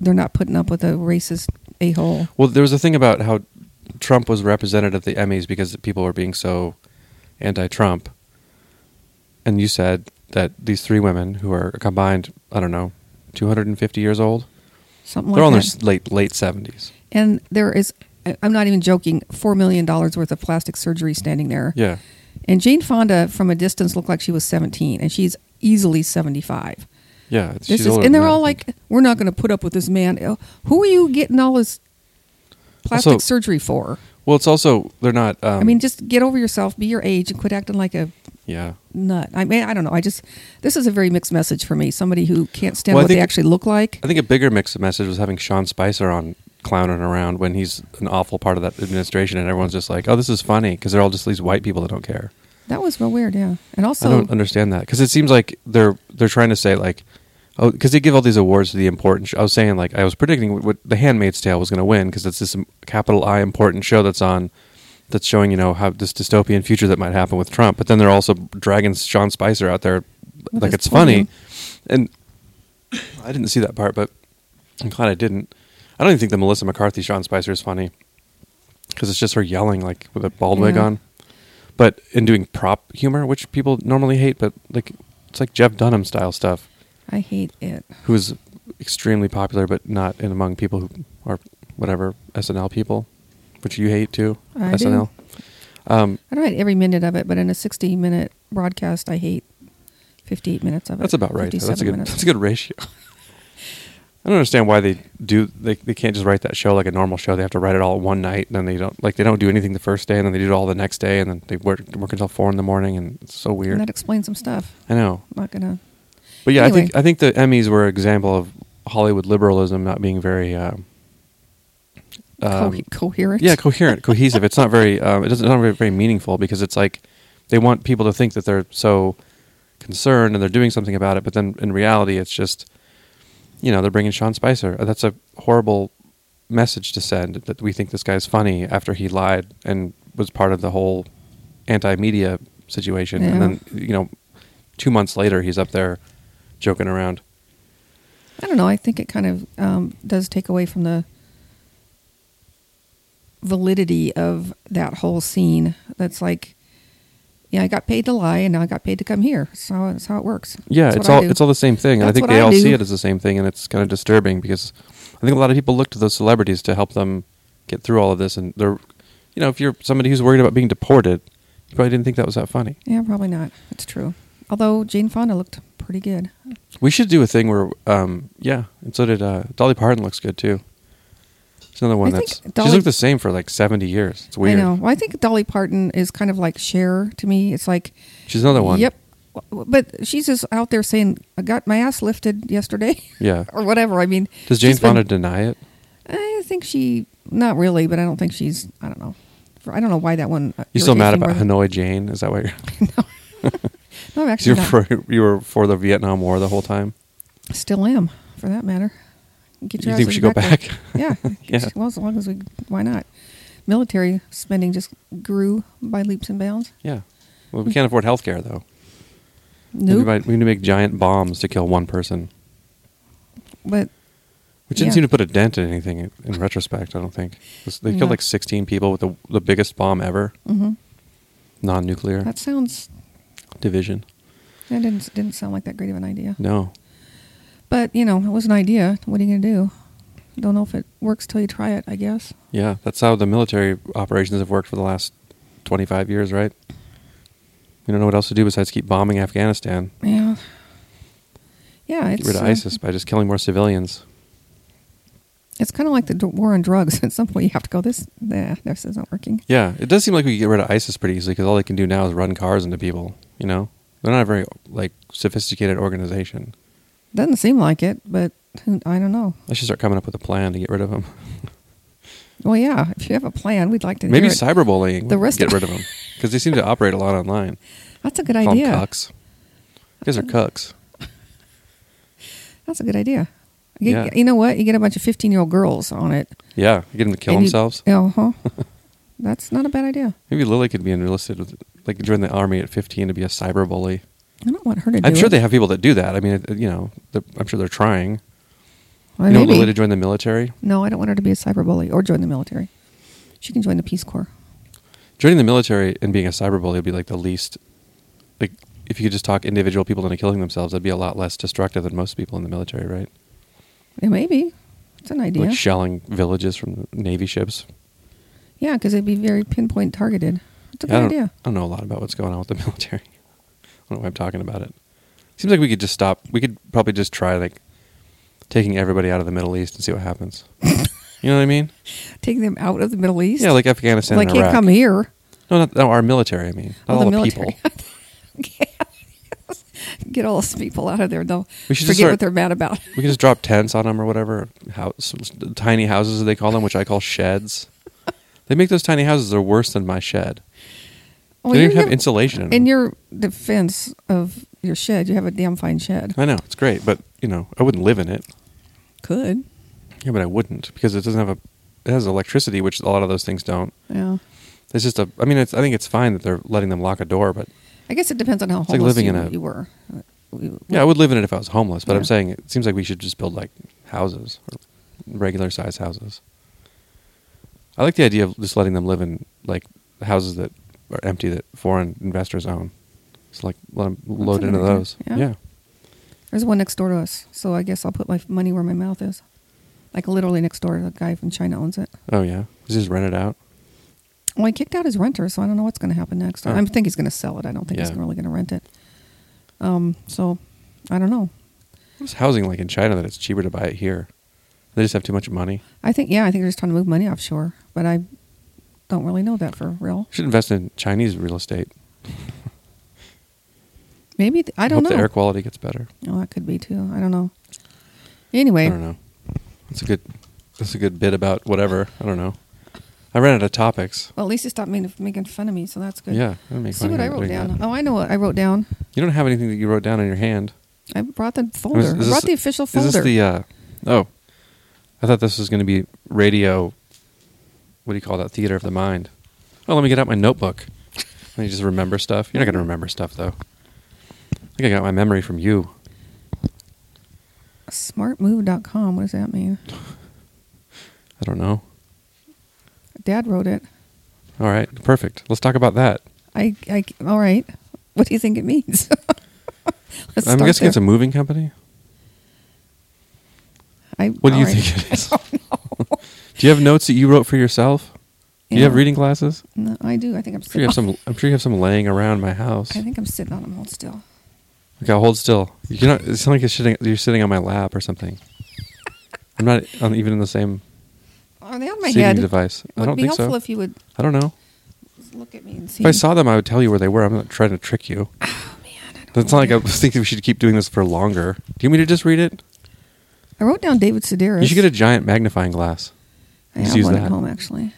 Speaker 2: they're not putting up with a racist a hole.
Speaker 1: Well, there was a thing about how Trump was represented at the Emmys because people were being so anti-Trump, and you said that these three women who are combined, I don't know, two hundred and fifty years old.
Speaker 2: Something
Speaker 1: They're all
Speaker 2: like
Speaker 1: in their
Speaker 2: that.
Speaker 1: s- late late seventies.
Speaker 2: and there is, I- I'm not even joking, four million dollars worth of plastic surgery standing there.
Speaker 1: Yeah,
Speaker 2: And Jane Fonda, from a distance, looked like she was 17, and she's easily 75.
Speaker 1: yeah.
Speaker 2: This
Speaker 1: she's
Speaker 2: is,
Speaker 1: older
Speaker 2: and
Speaker 1: than
Speaker 2: they're
Speaker 1: that,
Speaker 2: all
Speaker 1: I think.
Speaker 2: like, "We're not going to put up with this man." Oh, Who are you getting all this plastic
Speaker 1: Also-
Speaker 2: surgery for?
Speaker 1: well, it's also they're not. Um,
Speaker 2: I mean, just get over yourself, be your age, and quit acting like a
Speaker 1: yeah.
Speaker 2: nut. I mean, I don't know. I just this is a very mixed message for me. Somebody who can't stand
Speaker 1: Well, I
Speaker 2: what they
Speaker 1: think-
Speaker 2: actually look like.
Speaker 1: I think a bigger mix of message was having Sean Spicer on clowning around when he's an awful part of that administration, and everyone's just like, "Oh, this is funny," because they're all just these white people that don't care.
Speaker 2: That was real weird. Yeah, and
Speaker 1: I
Speaker 2: also
Speaker 1: don't understand that because it seems like they're they're trying to say like, oh, because they give all these awards to the important. Sh- I was saying like I was predicting what, what The Handmaid's Tale was going to win because it's this im- capital I important show that's on that's showing you know how this dystopian future that might happen with Trump. But then they're also dragging Sean Spicer out there
Speaker 2: With
Speaker 1: like
Speaker 2: his
Speaker 1: it's funny,
Speaker 2: podium.
Speaker 1: and I didn't see that part, but I'm glad I didn't. I don't even think the Melissa McCarthy Sean Spicer is funny because it's just her yelling like with a bald wig
Speaker 2: Yeah.
Speaker 1: on but in doing prop humor, which people normally hate, but like it's like Jeff Dunham style stuff,
Speaker 2: I hate it.
Speaker 1: who is extremely popular, but not in among people who are whatever SNL people, which you hate too.
Speaker 2: I do.
Speaker 1: SNL. Um,
Speaker 2: I don't hate every minute of it, but in a 60-minute broadcast, I hate 58 minutes of it.
Speaker 1: that's about right. though. That's a
Speaker 2: 57
Speaker 1: good.
Speaker 2: minutes.
Speaker 1: That's a good ratio. I don't understand why they do. They they can't just write that show like a normal show. They have to write it all at one night, and then they don't like they don't do anything the first day, and then they do it all the next day, and then they work work until four in the morning, and it's so
Speaker 2: And
Speaker 1: weird.
Speaker 2: that explains some stuff.
Speaker 1: I know.
Speaker 2: I'm not gonna.
Speaker 1: But yeah,
Speaker 2: Anyway.
Speaker 1: I think I think the Emmys were an example of Hollywood liberalism not being very, uh,
Speaker 2: Co-
Speaker 1: um,
Speaker 2: coherent.
Speaker 1: yeah, coherent, cohesive. It's not very, um, it doesn't it's not very, very meaningful because it's like they want people to think that they're so concerned and they're doing something about it, but then in reality, it's just, you know, they're bringing Sean Spicer. Uh, That's a horrible message to send that we think this guy's funny after he lied and was part of the whole anti-media situation, and
Speaker 2: Yeah.
Speaker 1: then you know, two months later, he's up there joking around.
Speaker 2: I don't know. I think it kind of um, does take away from the validity of that whole scene. That's like, yeah, I got paid to lie, and now I got paid to come here. That's how, that's how it works.
Speaker 1: Yeah,
Speaker 2: That's
Speaker 1: it's
Speaker 2: what I
Speaker 1: all
Speaker 2: do.
Speaker 1: it's all the same thing, and I
Speaker 2: That's
Speaker 1: think
Speaker 2: what
Speaker 1: they
Speaker 2: I
Speaker 1: all
Speaker 2: do.
Speaker 1: see it as the same thing, and it's kind of disturbing because I think a lot of people look to those celebrities to help them get through all of this, and they're, you know, if you're somebody who's worried about being deported, you probably didn't think that was that funny.
Speaker 2: Yeah, probably not. It's true. Although Jane Fonda looked pretty good.
Speaker 1: We should do a thing where, um, yeah, and so did uh, Dolly Parton looks good too. It's another one
Speaker 2: I think
Speaker 1: that's
Speaker 2: Dolly-
Speaker 1: she's looked the same for like seventy years. It's weird.
Speaker 2: I know. Well, I think Dolly Parton is kind of like Cher to me. It's like,
Speaker 1: She's another one.
Speaker 2: Yep. But she's just out there saying, "I got my ass lifted yesterday,"
Speaker 1: Yeah.
Speaker 2: or whatever. I mean,
Speaker 1: Does Jane
Speaker 2: she's been-
Speaker 1: Fonda deny it?
Speaker 2: I think she, not really, but I don't think she's. I don't know. For, I don't know why that one. uh,
Speaker 1: You still mad
Speaker 2: irritates me
Speaker 1: about
Speaker 2: more
Speaker 1: Hanoi Jane? Is that why you're, <laughs>
Speaker 2: than- <laughs> No, I'm actually
Speaker 1: you're
Speaker 2: not.
Speaker 1: for, you were for the Vietnam War the whole time?
Speaker 2: still am, for that matter. Get
Speaker 1: You
Speaker 2: your
Speaker 1: think we
Speaker 2: asses
Speaker 1: should go
Speaker 2: there.
Speaker 1: back?
Speaker 2: <laughs> yeah.
Speaker 1: <laughs> Yeah.
Speaker 2: Well, as long as we, why not? military spending just grew by leaps and bounds.
Speaker 1: Yeah. Well, we can't afford healthcare though. We, need to
Speaker 2: Nope.
Speaker 1: buy- we need to make giant bombs to kill one person,
Speaker 2: But
Speaker 1: which didn't
Speaker 2: Yeah.
Speaker 1: seem to put a dent in anything in- in retrospect. I don't think This- they killed
Speaker 2: No.
Speaker 1: like 16 people with the the biggest bomb ever,
Speaker 2: mhm.
Speaker 1: non-nuclear
Speaker 2: that sounds
Speaker 1: division.
Speaker 2: that didn't didn't sound like that great of an idea.
Speaker 1: No,
Speaker 2: But you know, it was an idea. What are you going to do? Don't know if it works till you try it. I guess.
Speaker 1: yeah, that's how the military operations have worked for the last 25 years, right? We don't know what else to do besides keep bombing Afghanistan,
Speaker 2: Yeah. Yeah. It's
Speaker 1: get rid of
Speaker 2: uh,
Speaker 1: ISIS by just killing more civilians.
Speaker 2: It's kind of like the d- war on drugs. <laughs> At some point, you have to go. This, nah, this isn't working.
Speaker 1: Yeah, it does seem like we could get rid of ISIS pretty easily because all they can do now is run cars into people. You know, they're not a very like sophisticated organization.
Speaker 2: Doesn't seem like it, but who, I don't know.
Speaker 1: I should start coming up with a plan to get rid of them.
Speaker 2: Well, yeah. If you have a plan, we'd like to.
Speaker 1: Maybe
Speaker 2: hear it.
Speaker 1: cyberbullying.
Speaker 2: The
Speaker 1: would
Speaker 2: rest
Speaker 1: get
Speaker 2: of-
Speaker 1: rid of them because they seem to operate a lot
Speaker 2: <laughs>
Speaker 1: online.
Speaker 2: That's a good
Speaker 1: Call 'em
Speaker 2: idea. Uh,
Speaker 1: cucks. You guys are cucks.
Speaker 2: That's a good idea. You,
Speaker 1: Yeah.
Speaker 2: you know what? You get a bunch of fifteen-year-old girls on it.
Speaker 1: Yeah, you get them to kill
Speaker 2: and you-
Speaker 1: themselves. <laughs>
Speaker 2: Uh huh. That's not a bad idea.
Speaker 1: Maybe Lily could be enlisted with, like join the army at 15 to be a cyber bully.
Speaker 2: I don't want her to. Do
Speaker 1: I'm sure
Speaker 2: it.
Speaker 1: they have people that do that. I mean, it- you know, they're- I'm sure they're trying.
Speaker 2: Well,
Speaker 1: you know,
Speaker 2: maybe.
Speaker 1: Lily to join the military.
Speaker 2: No, I don't want her to be a cyber bully or join the military. She can join the Peace Corps.
Speaker 1: Joining the military and being a cyber bully would be like the least. Like, if you could just talk individual people into killing themselves, that'd be a lot less destructive than most people in the military, right?
Speaker 2: Yeah, maybe. It's an idea.
Speaker 1: Like shelling villages from navy ships.
Speaker 2: yeah, because it'd be very pinpoint targeted. It's a
Speaker 1: I
Speaker 2: good
Speaker 1: don't,
Speaker 2: idea.
Speaker 1: I don't know a lot about what's going on with the <laughs> military. I don't know why I'm talking about it. Seems like we could just stop. We could probably just try like taking everybody out of the Middle East and see what
Speaker 2: <laughs>
Speaker 1: happens. you know what I mean?
Speaker 2: Take them out of the Middle East.
Speaker 1: Yeah, like Afghanistan.
Speaker 2: Well, they
Speaker 1: and
Speaker 2: can't
Speaker 1: Iraq.
Speaker 2: come here.
Speaker 1: No, not, no, our military. I mean, not
Speaker 2: Oh,
Speaker 1: all the,
Speaker 2: military.
Speaker 1: people.
Speaker 2: Get all those people out of there. They'll
Speaker 1: We should
Speaker 2: forget
Speaker 1: just start-
Speaker 2: what they're mad about.
Speaker 1: We can just drop tents on them or whatever. House, tiny houses as they call them, which I call sheds. they make those tiny houses are worse than my shed.
Speaker 2: Well,
Speaker 1: they
Speaker 2: you
Speaker 1: don't even have
Speaker 2: never-
Speaker 1: insulation in,
Speaker 2: In
Speaker 1: them.
Speaker 2: your defense of your shed, you have a damn fine shed.
Speaker 1: I know it's great, but you know I wouldn't live in it.
Speaker 2: Could.
Speaker 1: Yeah, but I wouldn't because it doesn't have a. It has electricity, which a lot of those things don't.
Speaker 2: Yeah.
Speaker 1: It's just a. I mean, it's. I think it's fine that they're letting them lock a door, but
Speaker 2: I guess it depends on how
Speaker 1: like
Speaker 2: homeless
Speaker 1: living
Speaker 2: you,
Speaker 1: in a-
Speaker 2: you were. Uh, you-
Speaker 1: yeah, I would live in it if I was homeless. But I'm
Speaker 2: Yeah.
Speaker 1: saying it seems like we should just build like houses, or regular size houses. I like the idea of just letting them live in like houses that are empty that foreign investors own. It's like let them load
Speaker 2: a
Speaker 1: into
Speaker 2: good idea.
Speaker 1: those.
Speaker 2: Yeah.
Speaker 1: yeah.
Speaker 2: There's one next door to us, so I guess I'll put my money where my mouth is. Like literally next door, the guy from China owns it.
Speaker 1: Oh yeah. Just rent it out.
Speaker 2: Well, he kicked out his renter, so I don't know what's going to happen next.
Speaker 1: Oh.
Speaker 2: I think he's going to sell it. I don't think he's
Speaker 1: Yeah.
Speaker 2: really going to rent it. Um, so I don't know.
Speaker 1: What's housing like in China that it's cheaper to buy it here? They just have too much money.
Speaker 2: I think yeah, I think they're just trying to move money offshore, but I don't really know that for real.
Speaker 1: We should invest in Chinese real estate.
Speaker 2: Maybe th- I don't
Speaker 1: Hope
Speaker 2: know.
Speaker 1: the air quality gets better.
Speaker 2: oh, that could be too. I don't know. Anyway,
Speaker 1: I don't know. That's a good. That's a good bit about whatever. I don't know. I ran out of topics.
Speaker 2: well, at least he stopped making, making fun of me, so that's good.
Speaker 1: Yeah, that makes
Speaker 2: See
Speaker 1: fun
Speaker 2: what
Speaker 1: of
Speaker 2: I
Speaker 1: you
Speaker 2: wrote
Speaker 1: doing
Speaker 2: down.
Speaker 1: that.
Speaker 2: Oh, I know what I wrote down.
Speaker 1: You don't have anything that you wrote down in your hand.
Speaker 2: I brought the folder.
Speaker 1: Is- is
Speaker 2: I brought
Speaker 1: this-
Speaker 2: the official
Speaker 1: Is
Speaker 2: folder.
Speaker 1: this the? Uh, oh, I thought this was going to be radio. What do you call that? Theater of the mind. Oh, let me get out my notebook. And you just remember stuff. You're not going to remember stuff though. I think I got my memory from you.
Speaker 2: Smartmove.com. What does that mean?
Speaker 1: I don't know.
Speaker 2: Dad wrote it.
Speaker 1: All right, perfect. Let's talk about that.
Speaker 2: I, I all right. What do you think it means? <laughs> Let's
Speaker 1: I'm
Speaker 2: start
Speaker 1: guessing it's a
Speaker 2: there.
Speaker 1: moving company.
Speaker 2: <laughs> I,
Speaker 1: What do
Speaker 2: all
Speaker 1: you
Speaker 2: right.
Speaker 1: think it is? Do you have notes that you wrote for yourself? Do you have
Speaker 2: Yeah.
Speaker 1: reading glasses?
Speaker 2: No, I do. I think I'm
Speaker 1: I'm sure you
Speaker 2: sitting. <laughs>
Speaker 1: have some. I'm sure you have some laying around my house.
Speaker 2: I think I'm sitting on them all still.
Speaker 1: Okay, I'll hold still. You're not. It's not like you're sitting. You're sitting on my lap or something. I'm not on, even in the same
Speaker 2: Are they on my
Speaker 1: seating
Speaker 2: head?
Speaker 1: device.
Speaker 2: It
Speaker 1: I
Speaker 2: would
Speaker 1: don't
Speaker 2: be
Speaker 1: think
Speaker 2: helpful
Speaker 1: so.
Speaker 2: if you would
Speaker 1: I don't know.
Speaker 2: look at me and see.
Speaker 1: If
Speaker 2: Oh,
Speaker 1: I saw them, I would tell you where they were. I'm not trying to trick you. That's not like I was thinking we should keep doing this for longer. Do you want me to just read it?
Speaker 2: I wrote down David Sedaris.
Speaker 1: You should get a giant magnifying glass.
Speaker 2: I
Speaker 1: just
Speaker 2: have
Speaker 1: use
Speaker 2: one
Speaker 1: that.
Speaker 2: at
Speaker 1: <laughs>
Speaker 2: home actually.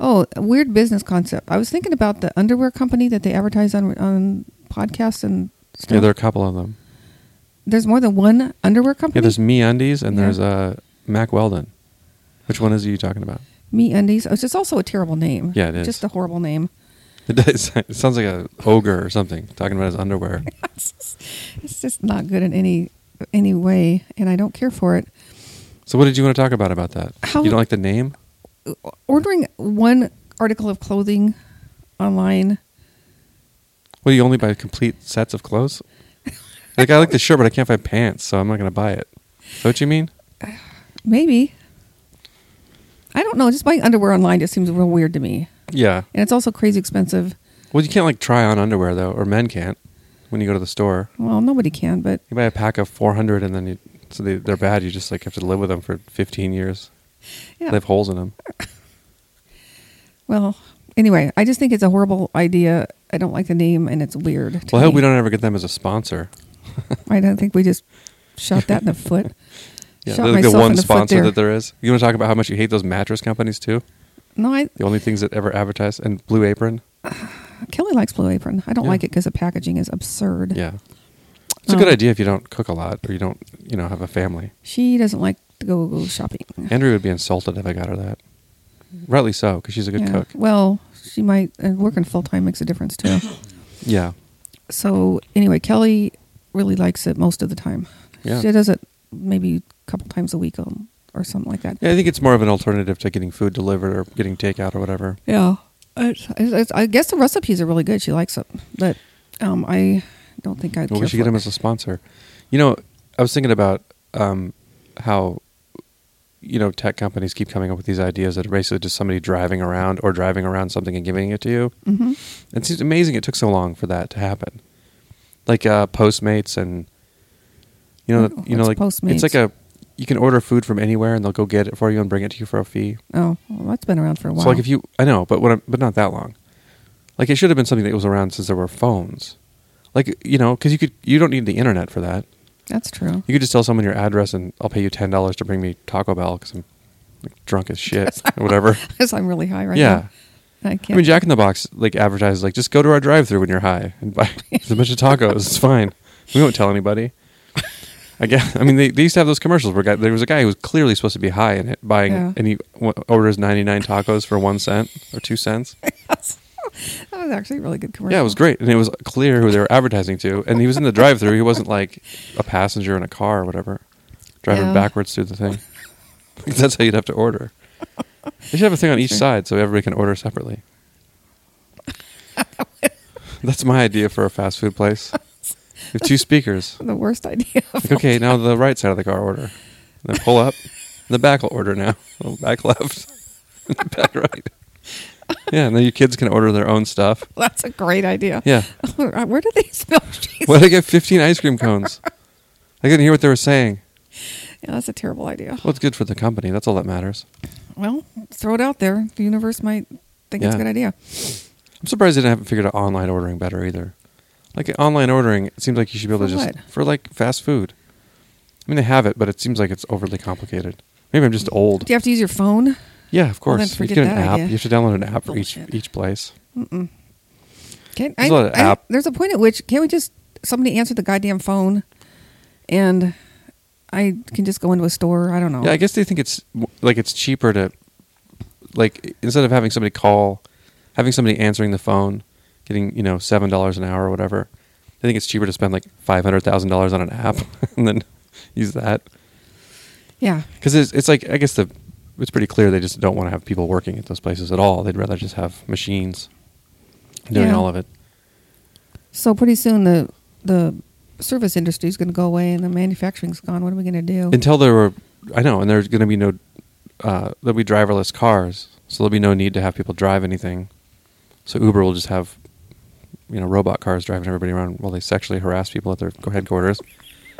Speaker 2: oh, a weird business concept. I was thinking about the underwear company that they advertise on on podcasts and stuff.
Speaker 1: Yeah, there are a couple of them.
Speaker 2: there's more than one underwear company.
Speaker 1: Yeah, there's Me Undies and
Speaker 2: Yeah.
Speaker 1: there's uh, Mac Weldon. Which one is it you talking about?
Speaker 2: Me Undies, which is also a terrible name.
Speaker 1: Yeah, it is.
Speaker 2: Just a horrible name. <laughs>
Speaker 1: It, does, <laughs> it sounds like a ogre or something talking about his underwear.
Speaker 2: it's, just, it's just not good in any any way, and I don't care for it.
Speaker 1: So, what did you want to talk about about that?
Speaker 2: How-
Speaker 1: you don't like the name?
Speaker 2: Ordering one article of clothing online.
Speaker 1: What do you only buy complete sets of clothes? like I like the shirt, but I can't find pants, so I'm not gonna buy it. Is that what you mean?
Speaker 2: Maybe. I don't know. Just buying underwear online just seems real weird to me.
Speaker 1: Yeah.
Speaker 2: And it's also crazy expensive.
Speaker 1: Well, you can't like try on underwear though, or men can't when you go to the store.
Speaker 2: Well, nobody can, but
Speaker 1: You buy a pack of 400, and then you, so they, they're bad. You just like have to live with them for 15 years.
Speaker 2: yeah.
Speaker 1: They have holes in them.
Speaker 2: Well, anyway, I just think it's a horrible idea. I don't like the name and it's weird. to
Speaker 1: Well, I hope
Speaker 2: me.
Speaker 1: we don't ever get them as a sponsor.
Speaker 2: I don't think we just shot that in the foot.
Speaker 1: Yeah,
Speaker 2: Shot
Speaker 1: they're like the
Speaker 2: myself in
Speaker 1: one
Speaker 2: the foot
Speaker 1: sponsor
Speaker 2: there.
Speaker 1: that there is. You want to talk about how much you hate those mattress companies too?
Speaker 2: No, I
Speaker 1: The only things that ever advertise and Blue Apron.
Speaker 2: Kelly likes Blue Apron. I don't
Speaker 1: Yeah.
Speaker 2: like it because the packaging is absurd.
Speaker 1: Yeah, it's a
Speaker 2: Um,
Speaker 1: good idea if you don't cook a lot or you don't, you know, have a
Speaker 2: <sighs>
Speaker 1: family.
Speaker 2: She doesn't like to go, shopping.
Speaker 1: Andrea would be insulted if I got her that. Rightly so, because she's a good
Speaker 2: Yeah.
Speaker 1: cook.
Speaker 2: Well, she might uh, working full time makes a
Speaker 1: <coughs>
Speaker 2: difference too.
Speaker 1: Yeah,
Speaker 2: so anyway, Kelly really likes it most of the time.
Speaker 1: Yeah.
Speaker 2: She does it maybe a couple times a week um, or something like that.
Speaker 1: yeah. I think it's more of an alternative to getting food delivered or getting takeout or whatever.
Speaker 2: Yeah, it's, it's, I guess the recipes are really good. She likes them, but um, I don't think I'd.
Speaker 1: Well, we
Speaker 2: care
Speaker 1: should get
Speaker 2: for
Speaker 1: them
Speaker 2: it.
Speaker 1: as a sponsor. You know, I was thinking about um, how you know tech companies keep coming up with these ideas that are basically just somebody driving around or driving around something and giving it to you.
Speaker 2: Mhm.
Speaker 1: It seems amazing it took so long for that to happen. Like uh, Postmates and you know
Speaker 2: Wh-
Speaker 1: you know like
Speaker 2: what's Oh, Postmates?
Speaker 1: it's like a you can order food from anywhere and they'll go get it for you and bring it to you for a fee.
Speaker 2: Oh, well, that's been around for a while.
Speaker 1: So like if you I know, but what I'm, but not that long. Like it should have been something that was around since there were phones. Like you know, because you could you don't need the internet for that.
Speaker 2: that's true.
Speaker 1: You could just tell someone your address and I'll pay you ten dollars to bring me Taco Bell because I'm like, drunk as
Speaker 2: <laughs>
Speaker 1: shit or whatever.
Speaker 2: <laughs> Because I'm really high right
Speaker 1: yeah.
Speaker 2: now. I
Speaker 1: I
Speaker 2: can't.
Speaker 1: mean, Jack in the Box like advertises like just go to our drive-through when you're high and buy <laughs> a bunch of tacos. It's fine. We won't tell anybody. I guess. I mean, they, they used to have those commercials where guy, there was a guy who was clearly supposed to be high and it- buying
Speaker 2: Yeah.
Speaker 1: and he w- orders 99 tacos for one cent or two cents.
Speaker 2: <laughs> that was actually a really good commercial.
Speaker 1: Yeah, it was great, and it was clear who they were advertising to. And he was in the drive-through. He wasn't like a passenger in a car or whatever, driving
Speaker 2: Yeah.
Speaker 1: backwards through the thing. <laughs> That's how you'd have to order. They should have a thing on each side so everybody can order separately. That's my idea for a fast food place. With two speakers.
Speaker 2: the worst idea.
Speaker 1: Like, okay, now the right side of the car order. And then pull up. And the back will order now. Well, Back left. <laughs> back right. Yeah, and then your kids can order their own stuff.
Speaker 2: <laughs> that's a great idea. <laughs> Uh,
Speaker 1: Yeah.
Speaker 2: Where do <laughs> they smell
Speaker 1: <laughs>
Speaker 2: cheese?
Speaker 1: Why did I get 15 ice cream cones? I couldn't hear what they were saying.
Speaker 2: Yeah, that's a terrible idea.
Speaker 1: Well, it's good for the company. That's all that matters.
Speaker 2: Well, throw it out there. The universe might think it's
Speaker 1: Yeah.
Speaker 2: a good idea.
Speaker 1: I'm surprised they haven't figured out online ordering better either. Like online ordering, it seems like you should be able
Speaker 2: For
Speaker 1: to just
Speaker 2: what?
Speaker 1: for like fast food. I mean, they have it, but it seems like it's overly complicated. Maybe I'm just old.
Speaker 2: Do you have to use your phone?
Speaker 1: Yeah, of
Speaker 2: Well,
Speaker 1: course.
Speaker 2: then
Speaker 1: you
Speaker 2: forget
Speaker 1: get an
Speaker 2: that
Speaker 1: app.
Speaker 2: idea.
Speaker 1: You have to download an app for each
Speaker 2: Bullshit.
Speaker 1: each place.
Speaker 2: Can,
Speaker 1: There's a lot of app-
Speaker 2: there's a point at which can't we just somebody answer the goddamn phone, and I can just go into a store. I don't know.
Speaker 1: Yeah, I guess they think it's like it's cheaper to like instead of having somebody call, having somebody answering the phone, getting you know seven dollars an hour or whatever. They think it's cheaper to spend like five hundred thousand dollars on an app <laughs> and then use that
Speaker 2: yeah.
Speaker 1: because it's, it's like I guess the it's pretty clear they just don't want to have people working at those places at all. They'd rather just have machines doing
Speaker 2: Yeah.
Speaker 1: all of it.
Speaker 2: So pretty soon the the service industry is going to go away and the manufacturing's gone. What are we going to do?
Speaker 1: until there were i know and there's going to be no uh, there'll be driverless cars so there'll be no need to have people drive anything so uber will just have you know robot cars driving everybody around while they sexually harass people at their headquarters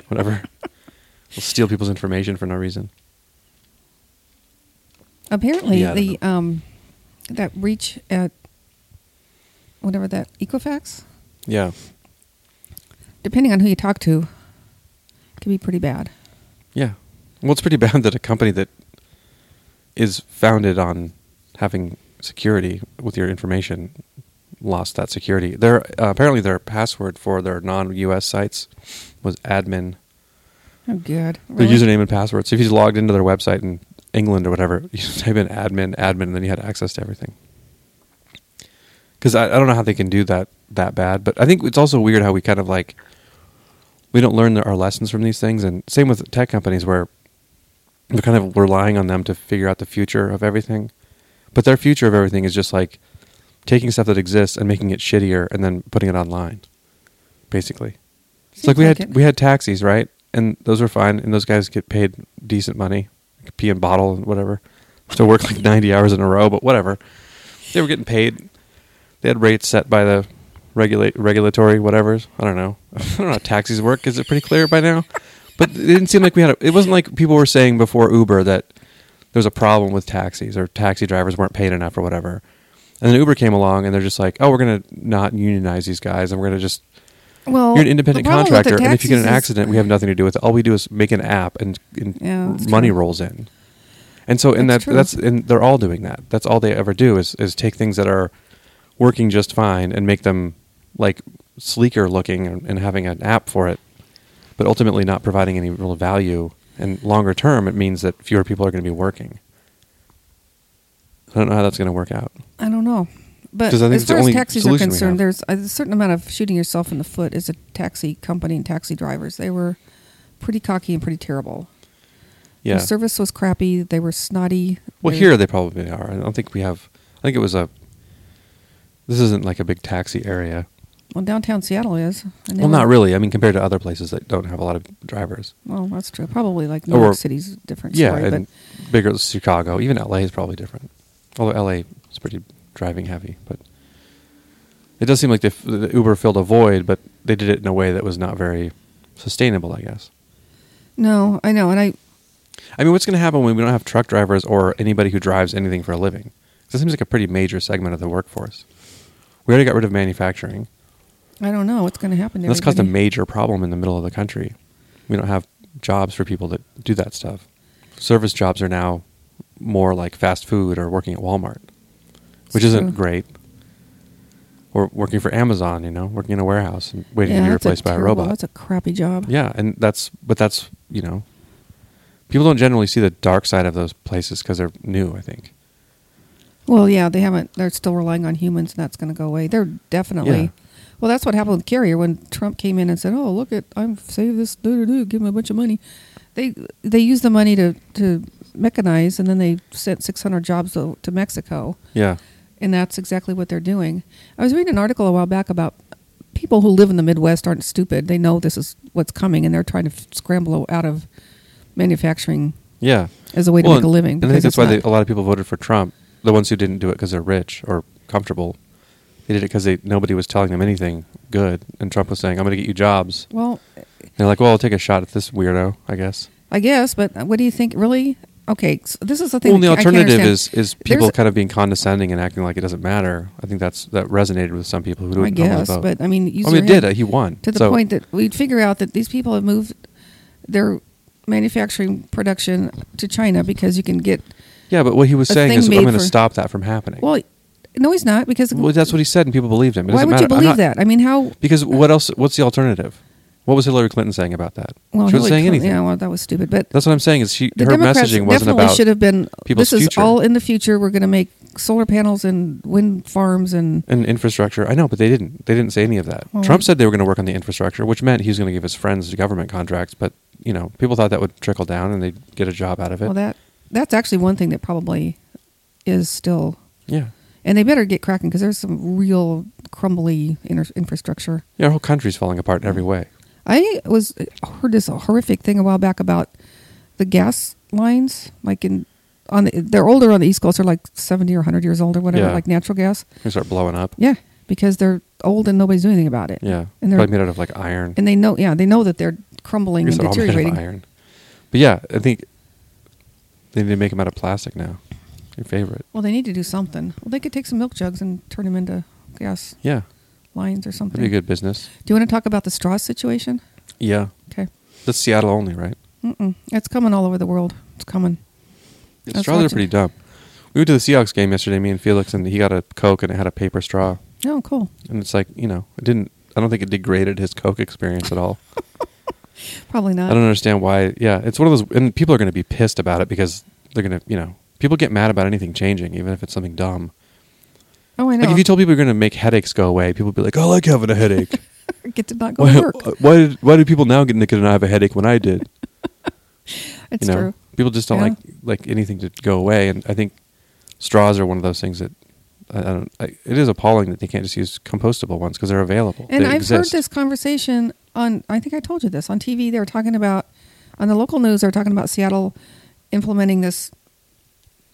Speaker 1: whatever they'll steal people's information for no reason
Speaker 2: Apparently
Speaker 1: Yeah, I don't
Speaker 2: the
Speaker 1: know.
Speaker 2: um that reach at whatever that Equifax,
Speaker 1: yeah
Speaker 2: depending on who you talk to, can be pretty bad.
Speaker 1: yeah well it's pretty <laughs> bad that a company that is founded on having security with your information lost that security. Their uh, apparently their password for their non-US sites was admin
Speaker 2: Oh, good.
Speaker 1: their username and password. So if he's logged into their website and England or whatever, <laughs> you just type in admin, admin, and then you had access to everything. Because I, I don't know how they can do that that bad, but I think it's also weird how we kind of like we don't learn our lessons from these things, and same with tech companies where we're kind of relying on them to figure out the future of everything, but their future of everything is just like taking stuff that exists and making it shittier and then putting it online, basically. It's
Speaker 2: Seems
Speaker 1: like we
Speaker 2: like
Speaker 1: had
Speaker 2: it.
Speaker 1: we had taxis, right? And those were fine, and those guys get paid decent money, like pee and bottle and whatever. To work like ninety hours in a row, but whatever. They were getting paid. They had rates set by the regulate regulatory whatever's. I don't know. <laughs> I don't know how taxis work. Is it pretty clear by now? But it didn't seem like we had. A, it wasn't like people were saying before Uber that there was a problem with taxis or taxi drivers weren't paid enough or whatever. And then Uber came along and they're just like, oh, we're gonna not unionize these guys and we're gonna just
Speaker 2: Well,
Speaker 1: you're an independent
Speaker 2: the problem with the
Speaker 1: contractor, and if you get an
Speaker 2: taxis is-
Speaker 1: accident, we have nothing to do with it. All we do is make an app, and, and
Speaker 2: Yeah, that's
Speaker 1: money
Speaker 2: true.
Speaker 1: rolls in. And so, and
Speaker 2: That's
Speaker 1: that
Speaker 2: true.
Speaker 1: that's and they're all doing that. That's all they ever do is is take things that are working just fine and make them like sleeker looking and, and having an app for it, but ultimately not providing any real value. And longer term, it means that fewer people are going to be working. I don't know how that's going to work out.
Speaker 2: I don't know. But
Speaker 1: 'Cause I think
Speaker 2: as
Speaker 1: it's the
Speaker 2: far as
Speaker 1: only
Speaker 2: taxis are
Speaker 1: solution we
Speaker 2: concerned,
Speaker 1: have.
Speaker 2: there's a certain amount of shooting yourself in the foot as a taxi company and taxi drivers. They were pretty cocky and pretty terrible.
Speaker 1: Yeah.
Speaker 2: Their service was crappy. They were snotty.
Speaker 1: Well,
Speaker 2: They-
Speaker 1: here they probably are. I don't think we have. I think it was a. This isn't like a big taxi area.
Speaker 2: Well, downtown Seattle is. and they
Speaker 1: Well, not
Speaker 2: were-
Speaker 1: really. I mean, compared to other places that don't have a lot of drivers.
Speaker 2: Well, that's true. Probably like New
Speaker 1: Or-
Speaker 2: York City's a different
Speaker 1: yeah,
Speaker 2: story.
Speaker 1: and bigger Chicago, even LA is probably different. Although LA is pretty driving heavy, but it does seem like the, the Uber filled a void, but they did it in a way that was not very sustainable. I guess.
Speaker 2: but no, I know, and I
Speaker 1: I mean, what's going to happen when we don't have truck drivers or anybody who drives anything for a living? 'Cause That seems like a pretty major segment of the workforce. We already got rid of manufacturing.
Speaker 2: I don't know what's going to happen. to
Speaker 1: And That's caused a
Speaker 2: everybody.
Speaker 1: major problem in the middle of the country. We don't have jobs for people that do that stuff. Service jobs are now more like fast food or working at Walmart, which
Speaker 2: It's
Speaker 1: isn't
Speaker 2: true.
Speaker 1: great. Or working for Amazon, you know, working in a warehouse and waiting
Speaker 2: Yeah,
Speaker 1: to be
Speaker 2: that's
Speaker 1: replaced by
Speaker 2: terrible,
Speaker 1: a robot.
Speaker 2: That's a crappy job.
Speaker 1: yeah, and that's but that's you know, people don't generally see the dark side of those places because they're new. I think.
Speaker 2: Well, yeah, they haven't. They're still relying on humans, and that's going to go away. They're definitely.
Speaker 1: Yeah.
Speaker 2: Well, that's what happened with Carrier when Trump came in and said, "Oh, look at I'm save this do do do, give them a bunch of money." They they used the money to to mechanize, and then they sent 600 jobs to, to Mexico,
Speaker 1: Yeah,
Speaker 2: and that's exactly what they're doing. I was reading an article a while back about people who live in the Midwest aren't stupid. They know this is what's coming, and they're trying to scramble out of manufacturing
Speaker 1: yeah.
Speaker 2: as a way to
Speaker 1: Well,
Speaker 2: make a
Speaker 1: And
Speaker 2: living.
Speaker 1: I think
Speaker 2: because
Speaker 1: that's
Speaker 2: it's
Speaker 1: why
Speaker 2: not-
Speaker 1: they, a lot of people voted for Trump. The ones who didn't do it because they're rich or comfortable, they did it because nobody was telling them anything good, and Trump was saying, "I'm going to get you jobs."
Speaker 2: well,
Speaker 1: And they're like, "Well, I'll take a shot at this weirdo, I guess."
Speaker 2: I guess, but what do you think? Really? Okay, so this is the thing.
Speaker 1: well, and the
Speaker 2: that I can't
Speaker 1: alternative
Speaker 2: understand.
Speaker 1: is is people
Speaker 2: There's-
Speaker 1: kind of being condescending and acting like it doesn't matter. I think that's that resonated with some people who
Speaker 2: I
Speaker 1: didn't normally
Speaker 2: guess,
Speaker 1: vote.
Speaker 2: but I mean, you
Speaker 1: I mean, it
Speaker 2: zero
Speaker 1: did.
Speaker 2: in
Speaker 1: uh, He won
Speaker 2: to the
Speaker 1: So-
Speaker 2: point that we'd figure out that these people have moved their manufacturing production to China because you can get.
Speaker 1: Yeah, but what he was
Speaker 2: a
Speaker 1: saying
Speaker 2: thing
Speaker 1: is, "I'm
Speaker 2: made
Speaker 1: going to
Speaker 2: for-
Speaker 1: stop that from happening."
Speaker 2: Well, no, he's not because.
Speaker 1: Well, that's what he said, and people believed him. It
Speaker 2: why
Speaker 1: doesn't
Speaker 2: would you
Speaker 1: matter. I'm
Speaker 2: believe
Speaker 1: not-
Speaker 2: that? I mean, how?
Speaker 1: Because what else? What's the alternative? What was Hillary Clinton saying about that?
Speaker 2: Well,
Speaker 1: she wasn't
Speaker 2: Hillary
Speaker 1: saying
Speaker 2: Clinton-
Speaker 1: anything.
Speaker 2: Yeah, well, that was stupid. But
Speaker 1: That's what I'm saying. Is she
Speaker 2: the
Speaker 1: her
Speaker 2: Democrats
Speaker 1: messaging wasn't
Speaker 2: definitely
Speaker 1: about
Speaker 2: should have been.
Speaker 1: people's
Speaker 2: This is
Speaker 1: future.
Speaker 2: all in the future. We're going to make solar panels and wind farms and
Speaker 1: and infrastructure. I know, but they didn't. They didn't say any of that.
Speaker 2: Well-
Speaker 1: Trump said they were going to work on the infrastructure, which meant he was going to give his friends government contracts. But you know, people thought that would trickle down and they'd get a job out of it.
Speaker 2: Well, that that's actually one thing that probably is still,
Speaker 1: yeah,
Speaker 2: and they better get cracking because there's some real crumbly inter- infrastructure.
Speaker 1: yeah. Our whole country's falling apart in every way.
Speaker 2: I was heard this horrific thing a while back about the gas lines, like in on the, they're older on the East Coast, they're like seventy or hundred years old or whatever,
Speaker 1: Yeah.
Speaker 2: like natural gas.
Speaker 1: They start blowing up.
Speaker 2: Yeah, because they're old and nobody's doing anything about it.
Speaker 1: yeah.
Speaker 2: and they're
Speaker 1: Probably made out of like iron.
Speaker 2: and they know, yeah, they know that they're
Speaker 1: I
Speaker 2: crumbling
Speaker 1: guess
Speaker 2: and
Speaker 1: they're all made
Speaker 2: deteriorating.
Speaker 1: of iron. But yeah, I think they need to make them out of plastic now. Your favorite.
Speaker 2: Well, they need to do something. Well, they could take some milk jugs and turn them into gas
Speaker 1: Yeah,
Speaker 2: lines or something.
Speaker 1: that'd be a good business.
Speaker 2: Do you want to talk about the straw situation?
Speaker 1: Yeah,
Speaker 2: Okay.
Speaker 1: that's Seattle only, right?
Speaker 2: Mm-mm. It's coming all over the world. It's coming.
Speaker 1: The
Speaker 2: That's
Speaker 1: straws are
Speaker 2: watching-
Speaker 1: pretty dumb. We went to the Seahawks game yesterday, me and Felix, and he got a Coke and it had a paper straw.
Speaker 2: Oh, cool.
Speaker 1: And it's like, you know, it didn't, I don't think it degraded his Coke experience at
Speaker 2: <laughs>
Speaker 1: all.
Speaker 2: Probably
Speaker 1: I
Speaker 2: not.
Speaker 1: don't understand why. Yeah, it's one of those, and people are going to be pissed about it because they're gonna you know people get mad about anything changing, even if it's something dumb.
Speaker 2: Oh, I know.
Speaker 1: Like if you told people you're gonna make headaches go away, people would be like, "Oh, I like having a
Speaker 2: <laughs>
Speaker 1: headache.
Speaker 2: get to not go
Speaker 1: why,
Speaker 2: to work.
Speaker 1: why did why do people now get Nick and I have a headache when I did?
Speaker 2: <laughs> It's
Speaker 1: you know,
Speaker 2: true.
Speaker 1: people just don't
Speaker 2: Yeah.
Speaker 1: like like anything to go away, and I think straws are one of those things that I, I don't. I, it is appalling that they can't just use compostable ones because they're available.
Speaker 2: And
Speaker 1: They
Speaker 2: I've
Speaker 1: exist.
Speaker 2: heard this conversation on, I think I told you this, on TV. They were talking about, on the local news, they were talking about Seattle implementing this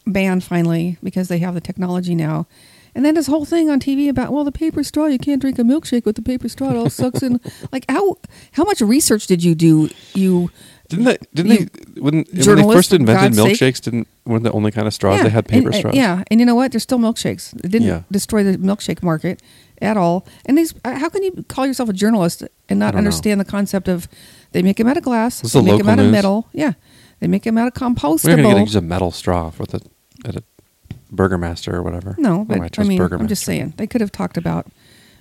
Speaker 2: ban finally because they have the technology now. And then this whole thing on TV about, well, the paper straw, you can't drink a milkshake with the paper straw. It all
Speaker 1: <laughs>
Speaker 2: sucks in. Like, how, how much research did you do? You.
Speaker 1: Didn't they? Didn't
Speaker 2: You-
Speaker 1: they? When, when they
Speaker 2: journalists,
Speaker 1: first
Speaker 2: for
Speaker 1: invented
Speaker 2: God's
Speaker 1: milkshakes,
Speaker 2: sake.
Speaker 1: didn't weren't the only kind of straws
Speaker 2: yeah,
Speaker 1: they had paper
Speaker 2: and, uh,
Speaker 1: straws?
Speaker 2: Yeah. And you know what? They're still milkshakes. It didn't
Speaker 1: Yeah.
Speaker 2: destroy the milkshake market at all. And these, uh, how can you call yourself a journalist and
Speaker 1: I
Speaker 2: not
Speaker 1: don't
Speaker 2: understand the concept of they make them out of glass,
Speaker 1: This is
Speaker 2: they
Speaker 1: the
Speaker 2: make them
Speaker 1: local
Speaker 2: out of
Speaker 1: news.
Speaker 2: metal. Yeah. They make them out of
Speaker 1: we're
Speaker 2: compostable.
Speaker 1: not gonna get, use a metal straw for the at a Burger Master or whatever.
Speaker 2: No,
Speaker 1: Oh,
Speaker 2: but I
Speaker 1: chose
Speaker 2: mean,
Speaker 1: Burger
Speaker 2: I'm just
Speaker 1: Master.
Speaker 2: saying they could have talked about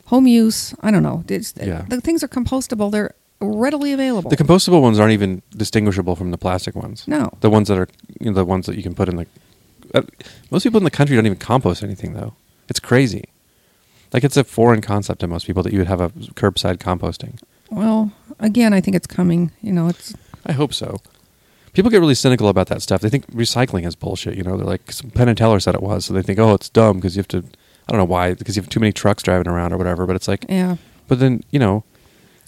Speaker 2: home use. I don't know. It's,
Speaker 1: Yeah.
Speaker 2: The things are compostable. They're readily available.
Speaker 1: The compostable ones aren't even distinguishable from the plastic ones.
Speaker 2: No.
Speaker 1: the ones that are you know, the ones that you can put in the. Uh, most people in the country don't even compost anything though. It's crazy. Like it's a foreign concept to most people that you would have a curbside composting.
Speaker 2: well, again, I think it's coming. You know, it's
Speaker 1: I hope so. People get really cynical about that stuff. They think recycling is bullshit. You know, they're like some Penn and Teller said it was, so they think, oh, it's dumb because you have to. I don't know why because you have too many trucks driving around or whatever. But it's like,
Speaker 2: yeah.
Speaker 1: but then you know,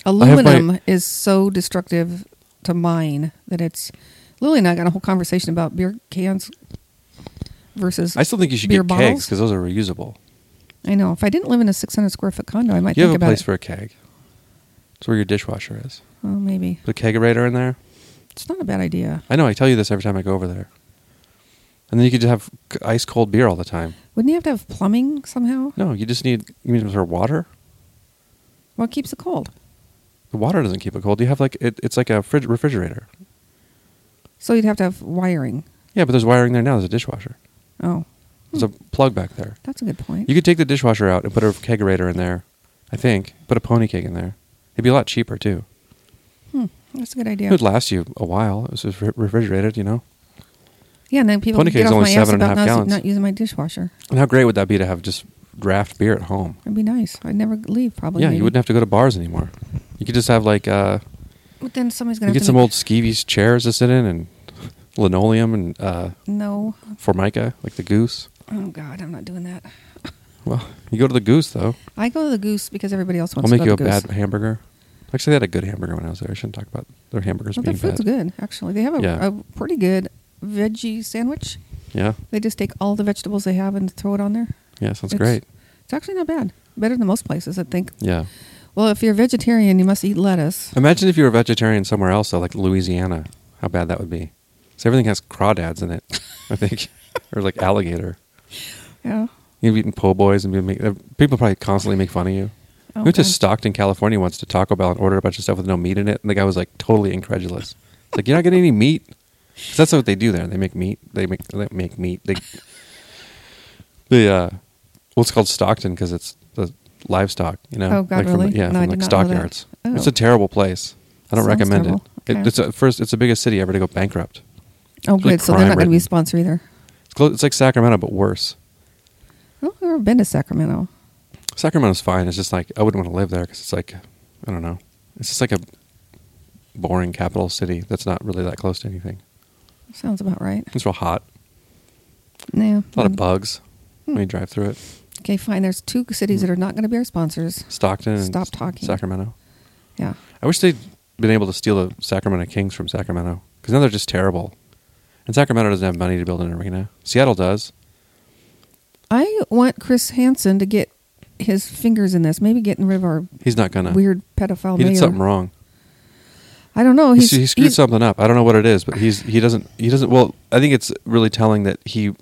Speaker 1: have my-
Speaker 2: Aluminum is so destructive to mine that it's. Lily and I got a whole conversation about beer cans versus.
Speaker 1: I still think you should
Speaker 2: beer
Speaker 1: get
Speaker 2: bottles.
Speaker 1: kegs because those are reusable.
Speaker 2: I know. If I didn't live in a 600 square foot condo, I might
Speaker 1: You
Speaker 2: think
Speaker 1: have a
Speaker 2: about
Speaker 1: place
Speaker 2: it.
Speaker 1: for a keg. It's where your dishwasher is.
Speaker 2: oh, maybe
Speaker 1: Put a kegerator in there.
Speaker 2: it's not a bad idea.
Speaker 1: I know. I tell you this every time I go over there. And then you could just have c- ice cold beer all the time.
Speaker 2: Wouldn't you have to have plumbing somehow?
Speaker 1: No, you just need you need some sort of water.
Speaker 2: What keeps it cold?
Speaker 1: The water doesn't keep it cold. You have like it, it's like a fridge refrigerator.
Speaker 2: So you'd have to have wiring.
Speaker 1: Yeah, but there's wiring there now. There's a dishwasher.
Speaker 2: Oh,
Speaker 1: There's a plug back there.
Speaker 2: that's a good point.
Speaker 1: You could take the dishwasher out and put a kegerator in there. I think put a pony keg in there. It'd be a lot cheaper too.
Speaker 2: Hmm, that's a good idea.
Speaker 1: It would last you a while. It was just re- refrigerated, you know.
Speaker 2: Yeah, and then people
Speaker 1: Pony
Speaker 2: get
Speaker 1: cake's
Speaker 2: off
Speaker 1: only
Speaker 2: my ass
Speaker 1: seven and a
Speaker 2: about
Speaker 1: half
Speaker 2: not,
Speaker 1: gallons.
Speaker 2: not using my dishwasher.
Speaker 1: And how great would that be to have just draft beer at home?
Speaker 2: It'd be nice. I'd never leave probably.
Speaker 1: yeah,
Speaker 2: maybe.
Speaker 1: you wouldn't have to go to bars anymore. You could just have like uh,
Speaker 2: But then somebody's
Speaker 1: you
Speaker 2: gonna have
Speaker 1: get
Speaker 2: to
Speaker 1: some
Speaker 2: make-
Speaker 1: old skeevy's chairs to sit in and <laughs> linoleum and uh,
Speaker 2: No.
Speaker 1: formica like the goose.
Speaker 2: Oh God, I'm not doing that.
Speaker 1: Well, you go to the goose though.
Speaker 2: I go to the Goose because everybody else
Speaker 1: I'll
Speaker 2: wants
Speaker 1: make
Speaker 2: to
Speaker 1: you
Speaker 2: go
Speaker 1: a
Speaker 2: to the Goose.
Speaker 1: bad hamburger. Actually, they had a good hamburger when I was there. I shouldn't talk about their hamburgers
Speaker 2: But Oh, their
Speaker 1: being
Speaker 2: food's
Speaker 1: bad.
Speaker 2: good, actually. They have a,
Speaker 1: Yeah.
Speaker 2: a pretty good veggie sandwich.
Speaker 1: Yeah,
Speaker 2: They just take all the vegetables they have and throw it on there.
Speaker 1: yeah, sounds
Speaker 2: It's-
Speaker 1: great.
Speaker 2: It's actually not bad. Better than most places, I think.
Speaker 1: Yeah.
Speaker 2: Well, if you're a vegetarian, you must eat lettuce.
Speaker 1: Imagine if you were a vegetarian somewhere else, though, like Louisiana. How bad that would be. So everything has crawdads in it, I think, <laughs> or like alligator.
Speaker 2: Yeah.
Speaker 1: You've eaten po' boys and be make, uh, people probably constantly make fun of you.
Speaker 2: Oh,
Speaker 1: we went to
Speaker 2: God.
Speaker 1: Stockton, California once to Taco Bell and ordered a bunch of stuff with no meat in it, and the guy was like totally incredulous. It's like you're not getting any meat. 'Cause that's what they do there. They make meat. They make they make meat. They the uh, well, it's called Stockton because it's the livestock. You know,
Speaker 2: Oh, God,
Speaker 1: like from-
Speaker 2: really?
Speaker 1: yeah,
Speaker 2: No, I
Speaker 1: from like
Speaker 2: did not know that.
Speaker 1: stockyards. It's
Speaker 2: Oh.
Speaker 1: a terrible place. I don't
Speaker 2: Sounds
Speaker 1: recommend
Speaker 2: terrible.
Speaker 1: it. it
Speaker 2: Okay.
Speaker 1: it's a, first. It's the biggest city ever to go bankrupt.
Speaker 2: Oh,
Speaker 1: really
Speaker 2: good. So they're not going to be
Speaker 1: crime-ridden.
Speaker 2: a sponsor either.
Speaker 1: It's, close, it's like Sacramento, but worse.
Speaker 2: I don't think Oh, I've ever been to Sacramento.
Speaker 1: Sacramento's fine. It's just like I wouldn't want to live there because it's like I don't know. It's just like a boring capital city that's not really that close to anything.
Speaker 2: Sounds about right.
Speaker 1: It's real hot.
Speaker 2: Yeah.
Speaker 1: A lot of
Speaker 2: Mm.
Speaker 1: bugs
Speaker 2: Hmm.
Speaker 1: when you drive through it.
Speaker 2: Okay, fine. There's two
Speaker 1: Mm.
Speaker 2: cities that are not going to be our sponsors.
Speaker 1: Stockton. and
Speaker 2: Stop talking.
Speaker 1: Sacramento.
Speaker 2: Yeah.
Speaker 1: I wish they'd been able to steal the Sacramento Kings from Sacramento because now they're just terrible. And Sacramento doesn't have money to build an arena. Seattle does.
Speaker 2: I want Chris Hansen to get his fingers in this. Maybe getting rid of our
Speaker 1: He's not gonna.
Speaker 2: weird pedophile
Speaker 1: He
Speaker 2: mayor.
Speaker 1: did something wrong.
Speaker 2: I don't know.
Speaker 1: He
Speaker 2: He's,
Speaker 1: s- he screwed
Speaker 2: he's-
Speaker 1: something up. I don't know what it is, but he's he doesn't he doesn't. Well, I think it's really telling that he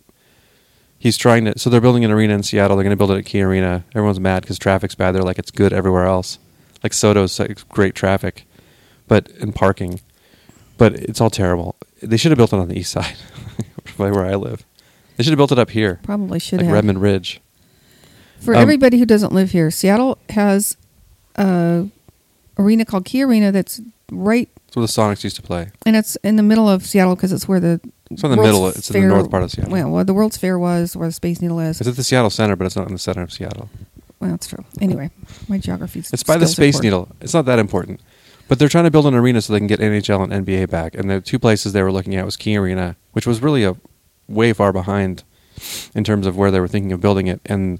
Speaker 1: he's trying to. So they're building an arena in Seattle. They're going to build it at Key Arena. Everyone's mad because traffic's bad. They're like it's good everywhere else. Like Soto's like, great traffic, but and parking, but it's all terrible. They should have built it on the east side, <laughs> by where I live. They should have built it up here,
Speaker 2: Probably should
Speaker 1: like
Speaker 2: have.
Speaker 1: Redmond Ridge.
Speaker 2: For
Speaker 1: um,
Speaker 2: everybody who doesn't live here, Seattle has a arena called Key Arena that's right
Speaker 1: That's where the Sonics used to play.
Speaker 2: And it's in the middle of Seattle because it's where the
Speaker 1: It's not in the
Speaker 2: World's
Speaker 1: middle. It's in
Speaker 2: Fair-
Speaker 1: the north part of Seattle.
Speaker 2: well, where the World's Fair was, where the Space Needle is.
Speaker 1: It's at the Seattle Center, but it's not in the center of Seattle.
Speaker 2: well, that's true. Anyway, my geography.
Speaker 1: It's by the Space Needle. It's not that important. But they're trying to build an arena so they can get NHL and NBA back. And the two places they were looking at was Key Arena, which was really a way far behind in terms of where they were thinking of building it, and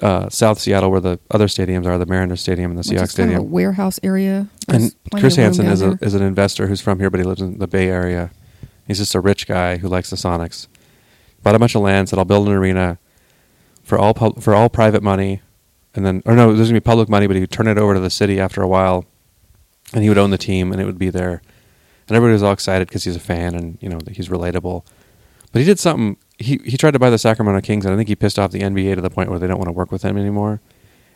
Speaker 1: uh, South Seattle, where the other stadiums are, the Mariners Stadium and the
Speaker 2: Which
Speaker 1: Seahawks
Speaker 2: is kind of a
Speaker 1: Stadium.
Speaker 2: warehouse area. There's
Speaker 1: And
Speaker 2: plenty
Speaker 1: Chris
Speaker 2: of room
Speaker 1: Hansen
Speaker 2: down
Speaker 1: is, a,
Speaker 2: there.
Speaker 1: is an investor who's from here, but he lives in the Bay Area. He's just a rich guy who likes the Sonics. Bought a bunch of land, said I'll build an arena for all pub- for all private money, and then or no, there's gonna be public money, but he would turn it over to the city after a while, and he would own the team, and it would be there, and everybody was all excited because he's a fan and you know that he's relatable. But he did something. He he tried to buy the Sacramento Kings, and I think he pissed off the NBA to the point where they don't want to work with him anymore.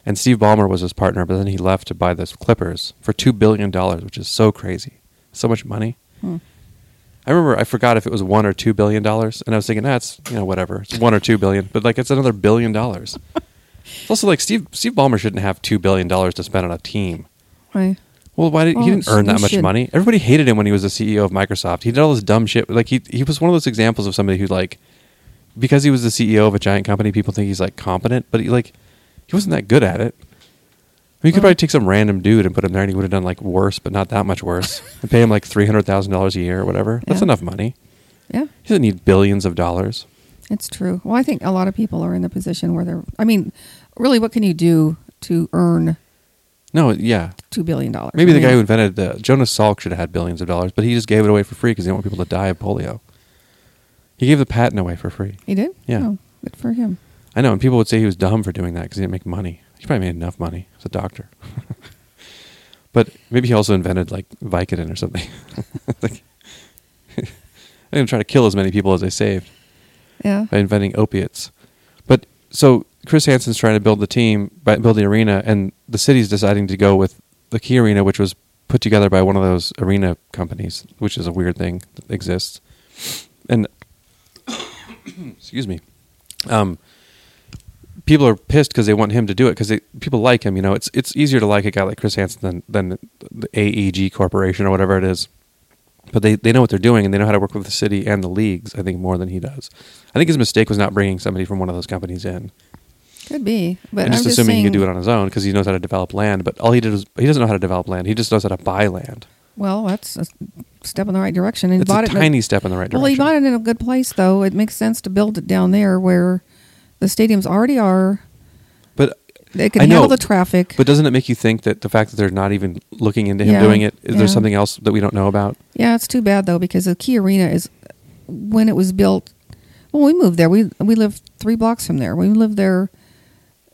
Speaker 1: And Steve Ballmer was his partner, but then he left to buy the Clippers for two billion dollars, which is so crazy, so much money.
Speaker 2: Hmm.
Speaker 1: I remember I forgot if it was one or two billion dollars, and I was thinking that's you know whatever, it's one or two billion, but like it's another billion dollars. it's also like Steve Steve Ballmer shouldn't have two billion dollars to spend on a team.
Speaker 2: Why?
Speaker 1: Well, why did
Speaker 2: Oh,
Speaker 1: he didn't earn
Speaker 2: he
Speaker 1: that much
Speaker 2: should.
Speaker 1: money? Everybody hated him when he was the CEO of Microsoft. He did all this dumb shit. Like he he was one of those examples of somebody who like because he was the CEO of a giant company, people think he's like competent, but he like he wasn't that good at it. I mean, you could
Speaker 2: Well-
Speaker 1: probably take some random dude and put him there, and he would have done like worse, but not that much worse, <laughs> and pay him like three hundred thousand dollars a year or whatever. That's
Speaker 2: Yeah.
Speaker 1: enough money.
Speaker 2: Yeah,
Speaker 1: He doesn't need billions of dollars.
Speaker 2: it's true. Well, I think a lot of people are in the position where they're. I mean, really, what can you do to earn
Speaker 1: No, yeah.
Speaker 2: two billion dollars?
Speaker 1: Maybe
Speaker 2: I
Speaker 1: the guy
Speaker 2: mean,
Speaker 1: who invented the Jonas Salk should have had billions of dollars, but he just gave it away for free because he didn't want people to die of polio. He gave the patent away for free.
Speaker 2: He did.
Speaker 1: Yeah.
Speaker 2: Oh, good for him.
Speaker 1: I know, and people would say he was dumb for doing that because he didn't make money. He probably made enough money as a doctor. <laughs> but maybe he also invented like Vicodin or something. <laughs> like, I'm gonna try to kill as many people as they saved
Speaker 2: Yeah.
Speaker 1: by inventing opiates. But so Chris Hansen's trying to build the team, bu- build the arena, and the city's deciding to go with the Key Arena, which was put together by one of those arena companies, which is a weird thing that exists. And <coughs> excuse me, um, people are pissed because they want him to do it because people like him. You know, it's it's easier to like a guy like Chris Hansen than than the AEG Corporation or whatever it is but they, they know what they're doing and they know how to work with the city and the leagues i think more than he does i think his mistake was not bringing somebody from one of those companies in
Speaker 2: Could be, but
Speaker 1: and just
Speaker 2: I'm just
Speaker 1: assuming
Speaker 2: saying,
Speaker 1: he could do it on his own because he knows how to develop land but all he did was he doesn't know how to develop land he just knows how to buy land
Speaker 2: Well, that's a step in the right direction. And he
Speaker 1: it's
Speaker 2: bought
Speaker 1: a
Speaker 2: it in a-
Speaker 1: tiny step in the right direction
Speaker 2: Well, he bought it in a good place, though. It makes sense to build it down there where the stadiums already are.
Speaker 1: but
Speaker 2: They can
Speaker 1: I know,
Speaker 2: handle the traffic.
Speaker 1: but doesn't it make you think that the fact that they're not even looking into him
Speaker 2: Yeah,
Speaker 1: doing it is
Speaker 2: yeah.
Speaker 1: there something else that we don't know about
Speaker 2: yeah, it's too bad though because the Key Arena is when it was built. When we moved there, we we lived three blocks from there. When we lived there,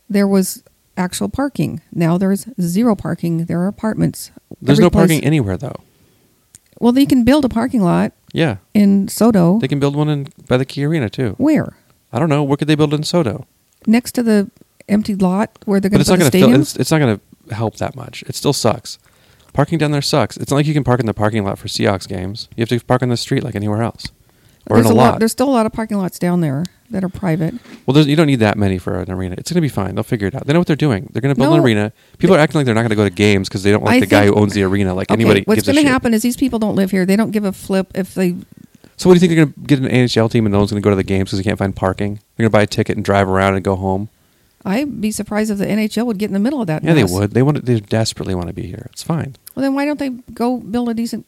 Speaker 2: there was actual parking. Now there's zero parking. There are apartments.
Speaker 1: there's
Speaker 2: Every
Speaker 1: no
Speaker 2: place-
Speaker 1: parking anywhere though
Speaker 2: Well, they can build a parking lot
Speaker 1: yeah
Speaker 2: in Soto.
Speaker 1: they can build one in by the key arena too
Speaker 2: Where
Speaker 1: i don't know where could they build in soto
Speaker 2: next to the empty lot where they're
Speaker 1: but
Speaker 2: going to
Speaker 1: it's
Speaker 2: put
Speaker 1: not going
Speaker 2: the
Speaker 1: to
Speaker 2: stadium.
Speaker 1: fill, it's, it's not going to help that much. It still sucks. Parking down there sucks. It's not like you can park in the parking lot for Seahawks games. You have to park on the street like anywhere else, or
Speaker 2: there's
Speaker 1: in a, lot.
Speaker 2: There's still a lot of parking lots down there that are private.
Speaker 1: well, there's, you don't need that many for an arena. It's going to be fine. They'll figure it out. They know what they're doing. They're going to build an
Speaker 2: No.
Speaker 1: arena. People are acting like they're not going to go to games because they don't like
Speaker 2: I
Speaker 1: the guy who
Speaker 2: think-
Speaker 1: owns the arena. Like anybody.
Speaker 2: what's
Speaker 1: gives a
Speaker 2: gonna
Speaker 1: shit.
Speaker 2: happen is these people don't live here. They don't give a flip if they.
Speaker 1: So what do you think they're going to get an NHL team and no one's going to go to the games because they can't find parking? They're going to buy a ticket and drive around and go home.
Speaker 2: I'd be surprised if the NHL would get in the middle of that.
Speaker 1: Yeah, they
Speaker 2: mess.
Speaker 1: would. They want. They desperately want to be here. It's fine.
Speaker 2: Well, then why don't they go build a decent?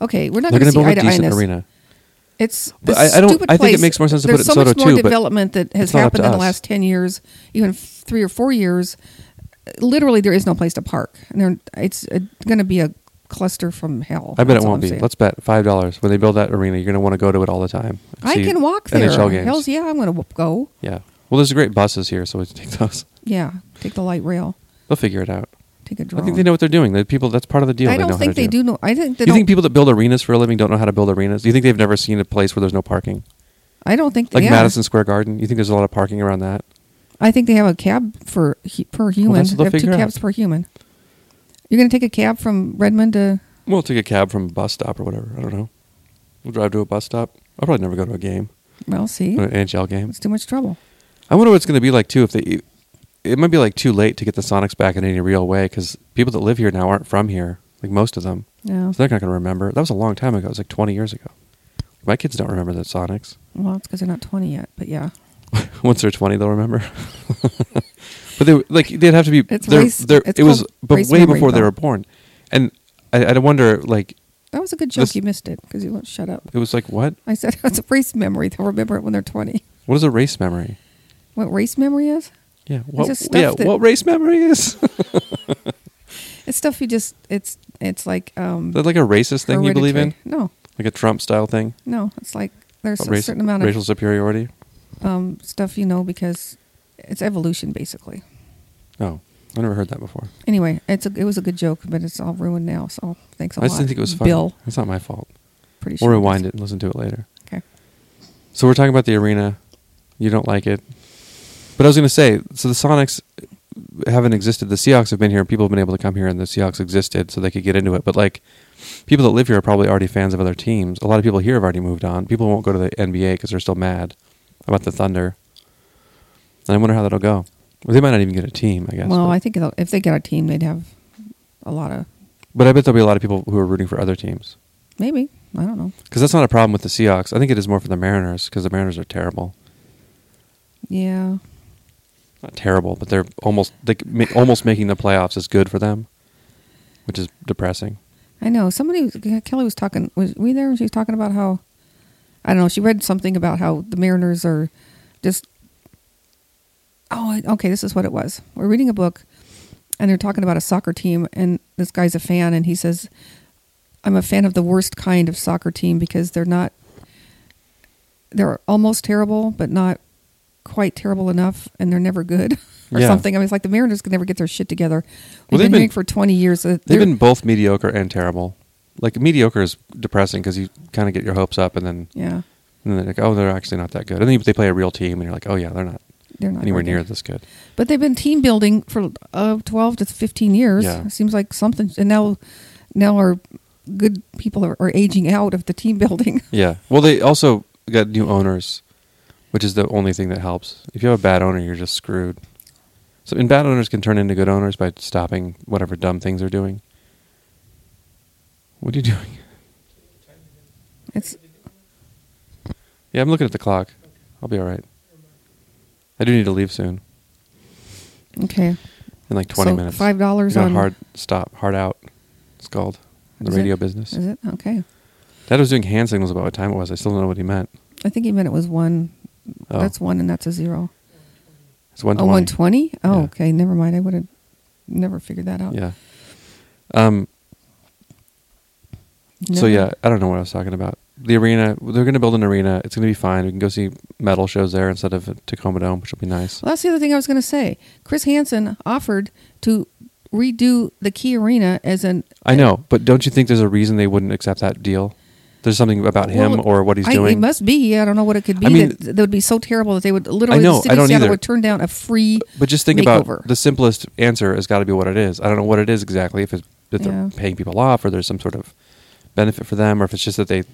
Speaker 2: Okay, we're not
Speaker 1: They're
Speaker 2: going to
Speaker 1: going to build
Speaker 2: see eye
Speaker 1: a
Speaker 2: to eye in
Speaker 1: decent
Speaker 2: this.
Speaker 1: arena.
Speaker 2: It's
Speaker 1: But
Speaker 2: a
Speaker 1: I- I don't-
Speaker 2: stupid
Speaker 1: I think it
Speaker 2: place.
Speaker 1: makes more sense to
Speaker 2: There's
Speaker 1: put it
Speaker 2: so
Speaker 1: in Soto,
Speaker 2: much more
Speaker 1: too, but
Speaker 2: development that has
Speaker 1: it's not up to
Speaker 2: happened in the
Speaker 1: us.
Speaker 2: last ten years, even three or four years. Literally, there is no place to park, and there, it's going to be a cluster from hell.
Speaker 1: I bet it
Speaker 2: That's all
Speaker 1: won't
Speaker 2: I'm
Speaker 1: be.
Speaker 2: saying.
Speaker 1: Let's bet five dollars when they build that arena. You're going to want to go to it all the time. and
Speaker 2: I
Speaker 1: see
Speaker 2: can walk there.
Speaker 1: NHL games.
Speaker 2: Hell's yeah, I'm going to go.
Speaker 1: Yeah. Well, there's great buses here, so we can take <laughs> those.
Speaker 2: Yeah, take the light rail.
Speaker 1: They'll figure it out.
Speaker 2: Take a drone.
Speaker 1: I think they know what they're doing. The people. That's part of the deal.
Speaker 2: I
Speaker 1: They know
Speaker 2: don't
Speaker 1: how
Speaker 2: think
Speaker 1: to
Speaker 2: they
Speaker 1: do.
Speaker 2: do know. I think they
Speaker 1: You
Speaker 2: don't.
Speaker 1: think people that build arenas for a living don't know how to build arenas? Do you think they've never seen a place where there's no parking,
Speaker 2: I don't think they,
Speaker 1: like
Speaker 2: yeah.
Speaker 1: Madison Square Garden? You think there's a lot of parking around that?
Speaker 2: I think they have a cab for hu- per human.
Speaker 1: that's what
Speaker 2: they
Speaker 1: they'll
Speaker 2: have two
Speaker 1: figure out.
Speaker 2: cabs per human. You're going to take a cab from Redmond to.
Speaker 1: We'll take a cab from a bus stop or whatever. I don't know. We'll drive to a bus stop. I'll probably never go to a game,
Speaker 2: Well, see,
Speaker 1: an NHL game.
Speaker 2: it's too much trouble.
Speaker 1: I wonder what it's going to be like too. If they, it might be like too late to get the Sonics back in any real way because people that live here now aren't from here. Like most of them,
Speaker 2: Yeah.
Speaker 1: So they're not going to remember. That was a long time ago. It was like 20 years ago. My kids don't remember the Sonics. <laughs>
Speaker 2: Well, it's because they're not 20 yet, but yeah.
Speaker 1: Once they're 20, they'll remember. <laughs> but they were- like they'd have to be.
Speaker 2: It's
Speaker 1: they're-
Speaker 2: race-
Speaker 1: they're-
Speaker 2: it's
Speaker 1: it was
Speaker 2: called
Speaker 1: but
Speaker 2: race
Speaker 1: way
Speaker 2: memory,
Speaker 1: before they
Speaker 2: though.
Speaker 1: were born, and I, I wonder like
Speaker 2: That was a good joke.
Speaker 1: This-
Speaker 2: you missed it because you won't shut up.
Speaker 1: it was like what
Speaker 2: I said <laughs> it's a race memory. They'll remember it when they're 20.
Speaker 1: what is a race memory?
Speaker 2: What race memory is?
Speaker 1: Yeah, what
Speaker 2: just stuff
Speaker 1: yeah
Speaker 2: that-
Speaker 1: what race memory is? <laughs>
Speaker 2: It's stuff you just, it's it's like. um
Speaker 1: Is that like a racist thing you believe in?
Speaker 2: hereditary. No,
Speaker 1: Like a Trump style thing?
Speaker 2: no. It's like there's
Speaker 1: About
Speaker 2: a
Speaker 1: race-
Speaker 2: certain amount of
Speaker 1: racial superiority.
Speaker 2: um, stuff you know because it's evolution basically.
Speaker 1: Oh, I never heard that before.
Speaker 2: Anyway, it's a, it was a good joke, but it's all ruined now. So thanks a
Speaker 1: I
Speaker 2: lot.
Speaker 1: just didn't think it was funny.
Speaker 2: Bill,
Speaker 1: It's not my fault.
Speaker 2: pretty sure.
Speaker 1: We'll rewind it and listen to it later.
Speaker 2: Okay.
Speaker 1: So we're talking about the arena. You don't like it, but I was going to say. So the Sonics haven't existed. The Seahawks have been here. People have been able to come here, and the Seahawks existed, so they could get into it. But like, people that live here are probably already fans of other teams. A lot of people here have already moved on. People won't go to the NBA because they're still mad about the Thunder. And I wonder how that'll go. Well, they might not even get a team. I guess.
Speaker 2: well,
Speaker 1: but-
Speaker 2: I think they'll- if they get a team, they'd have a lot of
Speaker 1: But I bet there'll be a lot of people who are rooting for other teams.
Speaker 2: maybe. I don't know.
Speaker 1: Because that's not a problem with the Seahawks. I think it is more for the Mariners because the Mariners are terrible.
Speaker 2: Yeah,
Speaker 1: Not terrible, but they're almost they c- ma- almost making the playoffs is good for them, which is depressing.
Speaker 2: I know. Somebody was- Kelly was talking. Was we there? She was talking about how I don't know. She read something about how the Mariners are just. Oh, I- okay. This is what it was. We're reading a book, and they're talking about a soccer team, and this guy's a fan, and he says, "I'm a fan of the worst kind of soccer team because they're not. They're almost terrible, but not quite terrible enough, and they're never good." Or
Speaker 1: Yeah.
Speaker 2: something. I mean, it's like the Mariners can never get their shit together. We've
Speaker 1: Well, they've
Speaker 2: been,
Speaker 1: been-
Speaker 2: hearing for twenty years. that
Speaker 1: They've
Speaker 2: they're-
Speaker 1: been both mediocre and terrible. Like mediocre is depressing because you kind of get your hopes up and then
Speaker 2: yeah,
Speaker 1: and then they're like, oh, they're actually not that good. And then they play a real team and you're like, oh yeah, they're not
Speaker 2: they're not
Speaker 1: anywhere
Speaker 2: very
Speaker 1: near
Speaker 2: good.
Speaker 1: this good.
Speaker 2: But they've been team building for uh, twelve to fifteen years.
Speaker 1: Yeah.
Speaker 2: It seems like something. And now, now our good people are, are aging out of the team <laughs> building.
Speaker 1: Yeah. Well, they also got new owners, which is the only thing that helps. If you have a bad owner, you're just screwed. So, and bad owners can turn into good owners by stopping whatever dumb things they're doing. What are you <laughs> doing?
Speaker 2: It's
Speaker 1: Yeah, I'm looking at the clock. I'll be all right. I do need to leave soon
Speaker 2: okay.
Speaker 1: in like 20
Speaker 2: so
Speaker 1: minutes.
Speaker 2: Five
Speaker 1: I
Speaker 2: dollars
Speaker 1: got a
Speaker 2: on
Speaker 1: hard stop, hard out. It's called the
Speaker 2: Is it?
Speaker 1: radio business.
Speaker 2: Is it okay?
Speaker 1: Dad was doing hand signals about what time it was. I still don't know what he meant.
Speaker 2: I think he meant it was one.
Speaker 1: Oh,
Speaker 2: That's one, and that's a zero.
Speaker 1: it's 120.
Speaker 2: Oh, 120? Oh,
Speaker 1: Yeah.
Speaker 2: okay. Never mind. I would have never figured that out.
Speaker 1: Yeah. Um, So
Speaker 2: Never.
Speaker 1: yeah, I don't know what I was talking about. The arena, they're going to build an arena. It's going to be fine. We can go see metal shows there instead of at Tacoma Dome, which will be nice.
Speaker 2: Well, that's the other thing I was going to say. Chris Hansen offered to redo the Key Arena as an
Speaker 1: I know, but don't you think there's a reason they wouldn't accept that deal? There's something about him
Speaker 2: Well,
Speaker 1: or what he's
Speaker 2: I,
Speaker 1: doing.
Speaker 2: It must be. I don't know what it could be.
Speaker 1: I mean-
Speaker 2: that, that would be so terrible that they would literally.
Speaker 1: I know,
Speaker 2: the city
Speaker 1: I don't
Speaker 2: of Seattle
Speaker 1: either.
Speaker 2: would turn down a free.
Speaker 1: but just think
Speaker 2: makeover.
Speaker 1: about the simplest answer has got to be what it is. I don't know what it is exactly. If it's that they're
Speaker 2: Yeah.
Speaker 1: paying people off, or there's some sort of benefit for them, or if it's just that they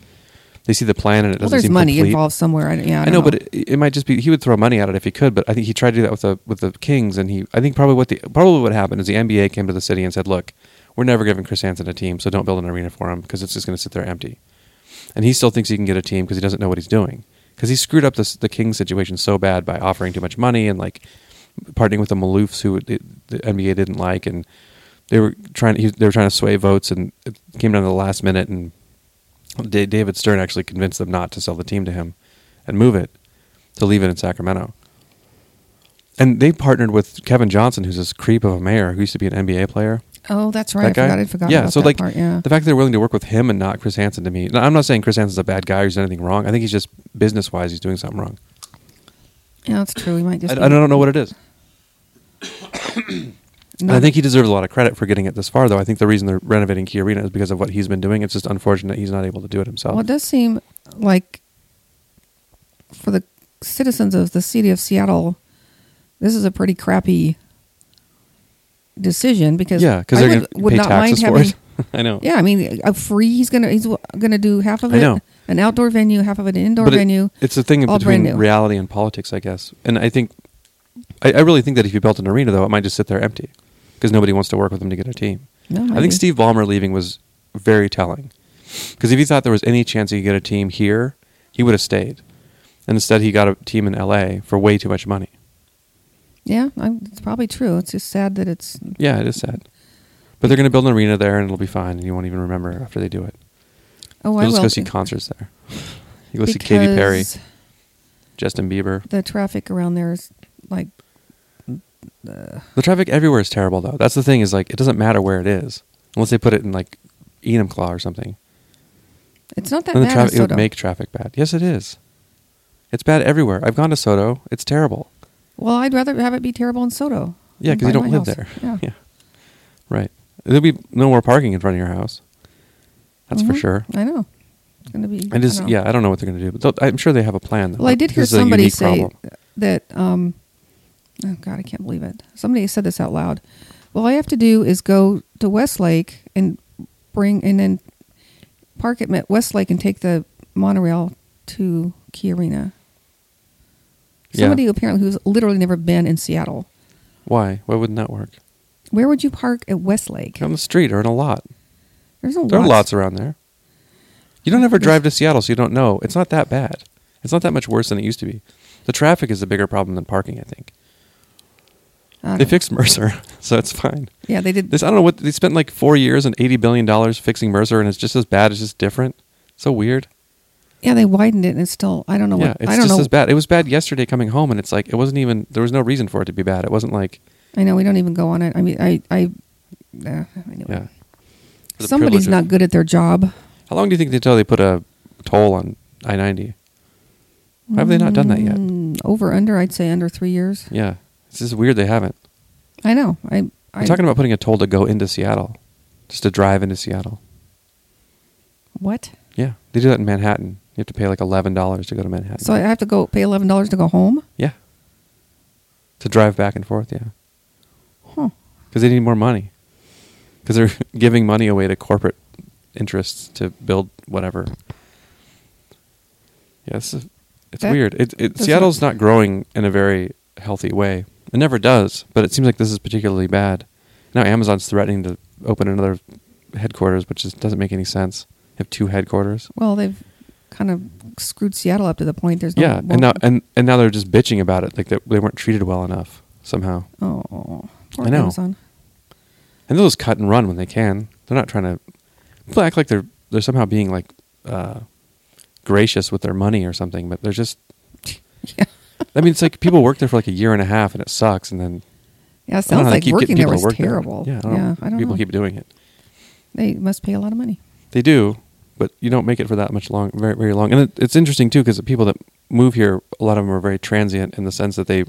Speaker 1: they see the plan and it
Speaker 2: Well,
Speaker 1: doesn't
Speaker 2: there's
Speaker 1: seem
Speaker 2: money
Speaker 1: complete.
Speaker 2: involved somewhere. I, yeah, I,
Speaker 1: I,
Speaker 2: don't
Speaker 1: know, but it, it might just be he would throw money at it if he could. But I think he tried to do that with the with the Kings, and he I think probably what the probably what happened is the NBA came to the city and said, "Look, we're never giving Chris Hansen a team, so don't build an arena for him because it's just going to sit there empty." And he still thinks he can get a team because he doesn't know what he's doing because he screwed up this, the Kings situation so bad by offering too much money and like partnering with the Maloofs who the, the NBA didn't like, and they were trying he, they were trying to sway votes, and it came down to the last minute and. Da- David Stern actually convinced them not to sell the team to him and move it to leave it in Sacramento. And they partnered with Kevin Johnson, who's this creep of a mayor who used to be an NBA player.
Speaker 2: oh, that's right. I
Speaker 1: that guy.
Speaker 2: forgot. I forgot.
Speaker 1: yeah,
Speaker 2: about
Speaker 1: so
Speaker 2: that
Speaker 1: like
Speaker 2: part, yeah.
Speaker 1: the fact that they're willing to work with him and not Chris Hansen to me. Now, I'm not saying Chris Hansen's a bad guy or he's done anything wrong. I think he's just business wise, he's doing something wrong.
Speaker 2: yeah, that's true. We might just.
Speaker 1: I,
Speaker 2: be-
Speaker 1: I don't know what it is.
Speaker 2: No,
Speaker 1: And I think he deserves a lot of credit for getting it this far, though. I think the reason they're renovating Key Arena is because of what he's been doing. It's just unfortunate he's not able to do it himself.
Speaker 2: Well, it does seem like for the citizens of the city of Seattle, this is a pretty crappy decision because
Speaker 1: yeah, because
Speaker 2: I
Speaker 1: they're
Speaker 2: would-
Speaker 1: going to
Speaker 2: would
Speaker 1: pay
Speaker 2: not mind
Speaker 1: taxes for
Speaker 2: having-
Speaker 1: it. <laughs> I know.
Speaker 2: Yeah, I mean, a free. He's gonna he's gonna do half of
Speaker 1: I
Speaker 2: it.
Speaker 1: know.
Speaker 2: An outdoor venue, half of it an indoor
Speaker 1: it-
Speaker 2: venue.
Speaker 1: it's the thing
Speaker 2: all
Speaker 1: between
Speaker 2: brand new.
Speaker 1: reality and politics, I guess. And I think, I, I really think that if you built an arena, though, it might just sit there empty because nobody wants to work with them to get a team.
Speaker 2: No,
Speaker 1: I think Steve Ballmer leaving was very telling. Because if he thought there was any chance he could get a team here, he would have stayed. And instead, he got a team in L.A. for way too much money.
Speaker 2: Yeah, i it's probably true. It's just sad that it's
Speaker 1: Yeah, it is sad. But they're going to build an arena there, and it'll be fine, and you won't even remember after they do it.
Speaker 2: oh
Speaker 1: You'll
Speaker 2: I
Speaker 1: just
Speaker 2: will
Speaker 1: go see
Speaker 2: be-
Speaker 1: concerts there. You go see Katy Perry,
Speaker 2: because
Speaker 1: Justin Bieber.
Speaker 2: The traffic around there is like uh,
Speaker 1: The traffic everywhere is terrible, though. That's the thing is like it doesn't matter where it is, unless they put it in like Enumclaw or something.
Speaker 2: it's not that
Speaker 1: Then the
Speaker 2: bad.
Speaker 1: traffic
Speaker 2: in
Speaker 1: it would
Speaker 2: Soto.
Speaker 1: make traffic bad. Yes, it is. It's bad everywhere. I've gone to Soto. It's terrible.
Speaker 2: well, I'd rather have it be terrible in Soto.
Speaker 1: Yeah,
Speaker 2: than
Speaker 1: because you
Speaker 2: by
Speaker 1: don't
Speaker 2: my
Speaker 1: live
Speaker 2: house.
Speaker 1: there. <laughs>
Speaker 2: Yeah.
Speaker 1: Right. There'll be no more parking in front of your house. That's for
Speaker 2: Mhm.
Speaker 1: sure.
Speaker 2: I know. It's gonna be.
Speaker 1: It is.
Speaker 2: I don't know.
Speaker 1: yeah, I don't know what they're going to do, but they'll- I'm sure they have a plan. Though.
Speaker 2: Well, I did
Speaker 1: This
Speaker 2: hear
Speaker 1: is a
Speaker 2: somebody
Speaker 1: unique
Speaker 2: say
Speaker 1: problem.
Speaker 2: that. Um, oh God, I can't believe it. Somebody said this out loud. Well, all I have to do is go to Westlake and bring and then park at Westlake and take the monorail to Key Arena.
Speaker 1: Yeah.
Speaker 2: Somebody apparently who's literally never been in Seattle.
Speaker 1: Why? Why wouldn't that work?
Speaker 2: Where would you park at Westlake?
Speaker 1: On the street or in a lot.
Speaker 2: There's a
Speaker 1: There
Speaker 2: lot.
Speaker 1: are lots around there. You don't ever
Speaker 2: There's-
Speaker 1: drive to Seattle, so you don't know. It's not that bad. It's not that much worse than it used to be. The traffic is the bigger problem than parking, I think.
Speaker 2: I
Speaker 1: They
Speaker 2: don't-
Speaker 1: fixed Mercer, <laughs> so it's fine.
Speaker 2: Yeah, they did.
Speaker 1: This I don't know what they spent like four years and eighty billion dollars fixing Mercer, and it's just as bad. It's just different. so weird.
Speaker 2: yeah, they widened it, and it's still. I don't know.
Speaker 1: yeah,
Speaker 2: what,
Speaker 1: it's
Speaker 2: I don't
Speaker 1: just
Speaker 2: know.
Speaker 1: as bad. It was bad yesterday coming home, and it's like it wasn't even. There was no reason for it to be bad. It wasn't like
Speaker 2: I know we don't even go on it. I mean, I, I, uh, anyway.
Speaker 1: yeah. For the privilege
Speaker 2: Somebody's
Speaker 1: of-
Speaker 2: not good at their job.
Speaker 1: How long do you think until they put a toll on I ninety? Why have they not done that yet?
Speaker 2: Mm, Over under, I'd say under three years.
Speaker 1: Yeah, it's just weird they haven't.
Speaker 2: I know. I,
Speaker 1: We're
Speaker 2: I
Speaker 1: talking about putting a toll to go into Seattle, just to drive into Seattle.
Speaker 2: what?
Speaker 1: Yeah, they do that in Manhattan. You have to pay like eleven dollars to go to Manhattan.
Speaker 2: So I have to go pay eleven dollars to go home.
Speaker 1: yeah, to drive back and forth. Yeah,
Speaker 2: Huh.
Speaker 1: because they need more money. Because they're <laughs> giving money away to corporate interests to build whatever. Yeah, it's, it's
Speaker 2: That
Speaker 1: weird. It, it,
Speaker 2: does
Speaker 1: Seattle's not growing in a very healthy way. It never does, but it seems like this is particularly bad. Now Amazon's threatening to open another headquarters, which just doesn't make any sense. Have two headquarters.
Speaker 2: Well, they've kind of screwed Seattle up to the point. There's no
Speaker 1: yeah,
Speaker 2: more-
Speaker 1: and now and, and now they're just bitching about it, like they, they weren't treated well enough somehow.
Speaker 2: oh, poor
Speaker 1: I know.
Speaker 2: Amazon. <laughs>
Speaker 1: And they'll just cut and run when they can. They're not trying to people act like they're they're somehow being like uh, gracious with their money or something, but they're just.
Speaker 2: Yeah,
Speaker 1: I mean, it's like people work there for like a year and a half, and it sucks. And then
Speaker 2: yeah. It
Speaker 1: I don't
Speaker 2: sounds
Speaker 1: know how they
Speaker 2: like
Speaker 1: keep
Speaker 2: working
Speaker 1: getting
Speaker 2: there
Speaker 1: people
Speaker 2: was
Speaker 1: to work
Speaker 2: terrible.
Speaker 1: Yeah, I don't know.
Speaker 2: I don't
Speaker 1: people
Speaker 2: know.
Speaker 1: keep doing it.
Speaker 2: they must pay a lot of money.
Speaker 1: They do, but you don't make it for that much long, very very long. And it, it's interesting too because the people that move here, a lot of them are very transient in the sense that they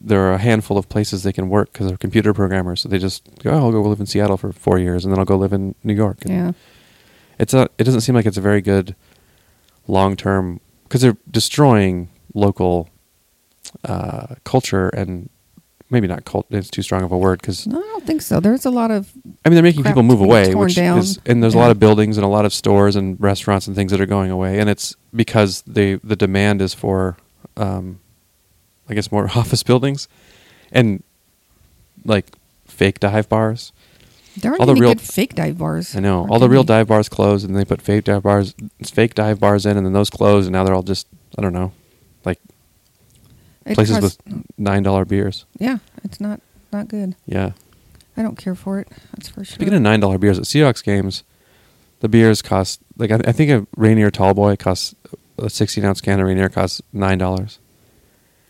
Speaker 1: there are a handful of places they can work because they're computer programmers. So they just go, oh, I'll go live in Seattle for four years, and then I'll go live in New York. And
Speaker 2: Yeah,
Speaker 1: it's not. It doesn't seem like it's a very good long term because they're destroying local uh, culture and maybe not cult. It's too strong of a word because
Speaker 2: no, I don't think so. There's a lot of
Speaker 1: I mean, they're making
Speaker 2: crap
Speaker 1: people move
Speaker 2: being
Speaker 1: away,
Speaker 2: torn
Speaker 1: which
Speaker 2: down.
Speaker 1: is, and there's a
Speaker 2: Yeah.
Speaker 1: lot of buildings and a lot of stores and restaurants and things that are going away, and it's because the the demand is for, um, I guess, more <laughs> office buildings, and like fake dive bars.
Speaker 2: there aren't
Speaker 1: all the
Speaker 2: any
Speaker 1: real-
Speaker 2: good fake dive bars.
Speaker 1: I know
Speaker 2: Aren't
Speaker 1: all the
Speaker 2: there
Speaker 1: real
Speaker 2: any?
Speaker 1: dive bars close, and they put fake dive bars, fake dive bars in, and then those close, and now they're all just I don't know, like
Speaker 2: It
Speaker 1: places
Speaker 2: costs-
Speaker 1: with nine dollar beers.
Speaker 2: Yeah, it's not not good.
Speaker 1: Yeah.
Speaker 2: I don't care for it. That's for sure.
Speaker 1: Speaking of nine dollar beers at Seahawks games, the beers cost like I, I think a Rainier Tallboy costs a sixteen ounce can of Rainier costs nine dollars.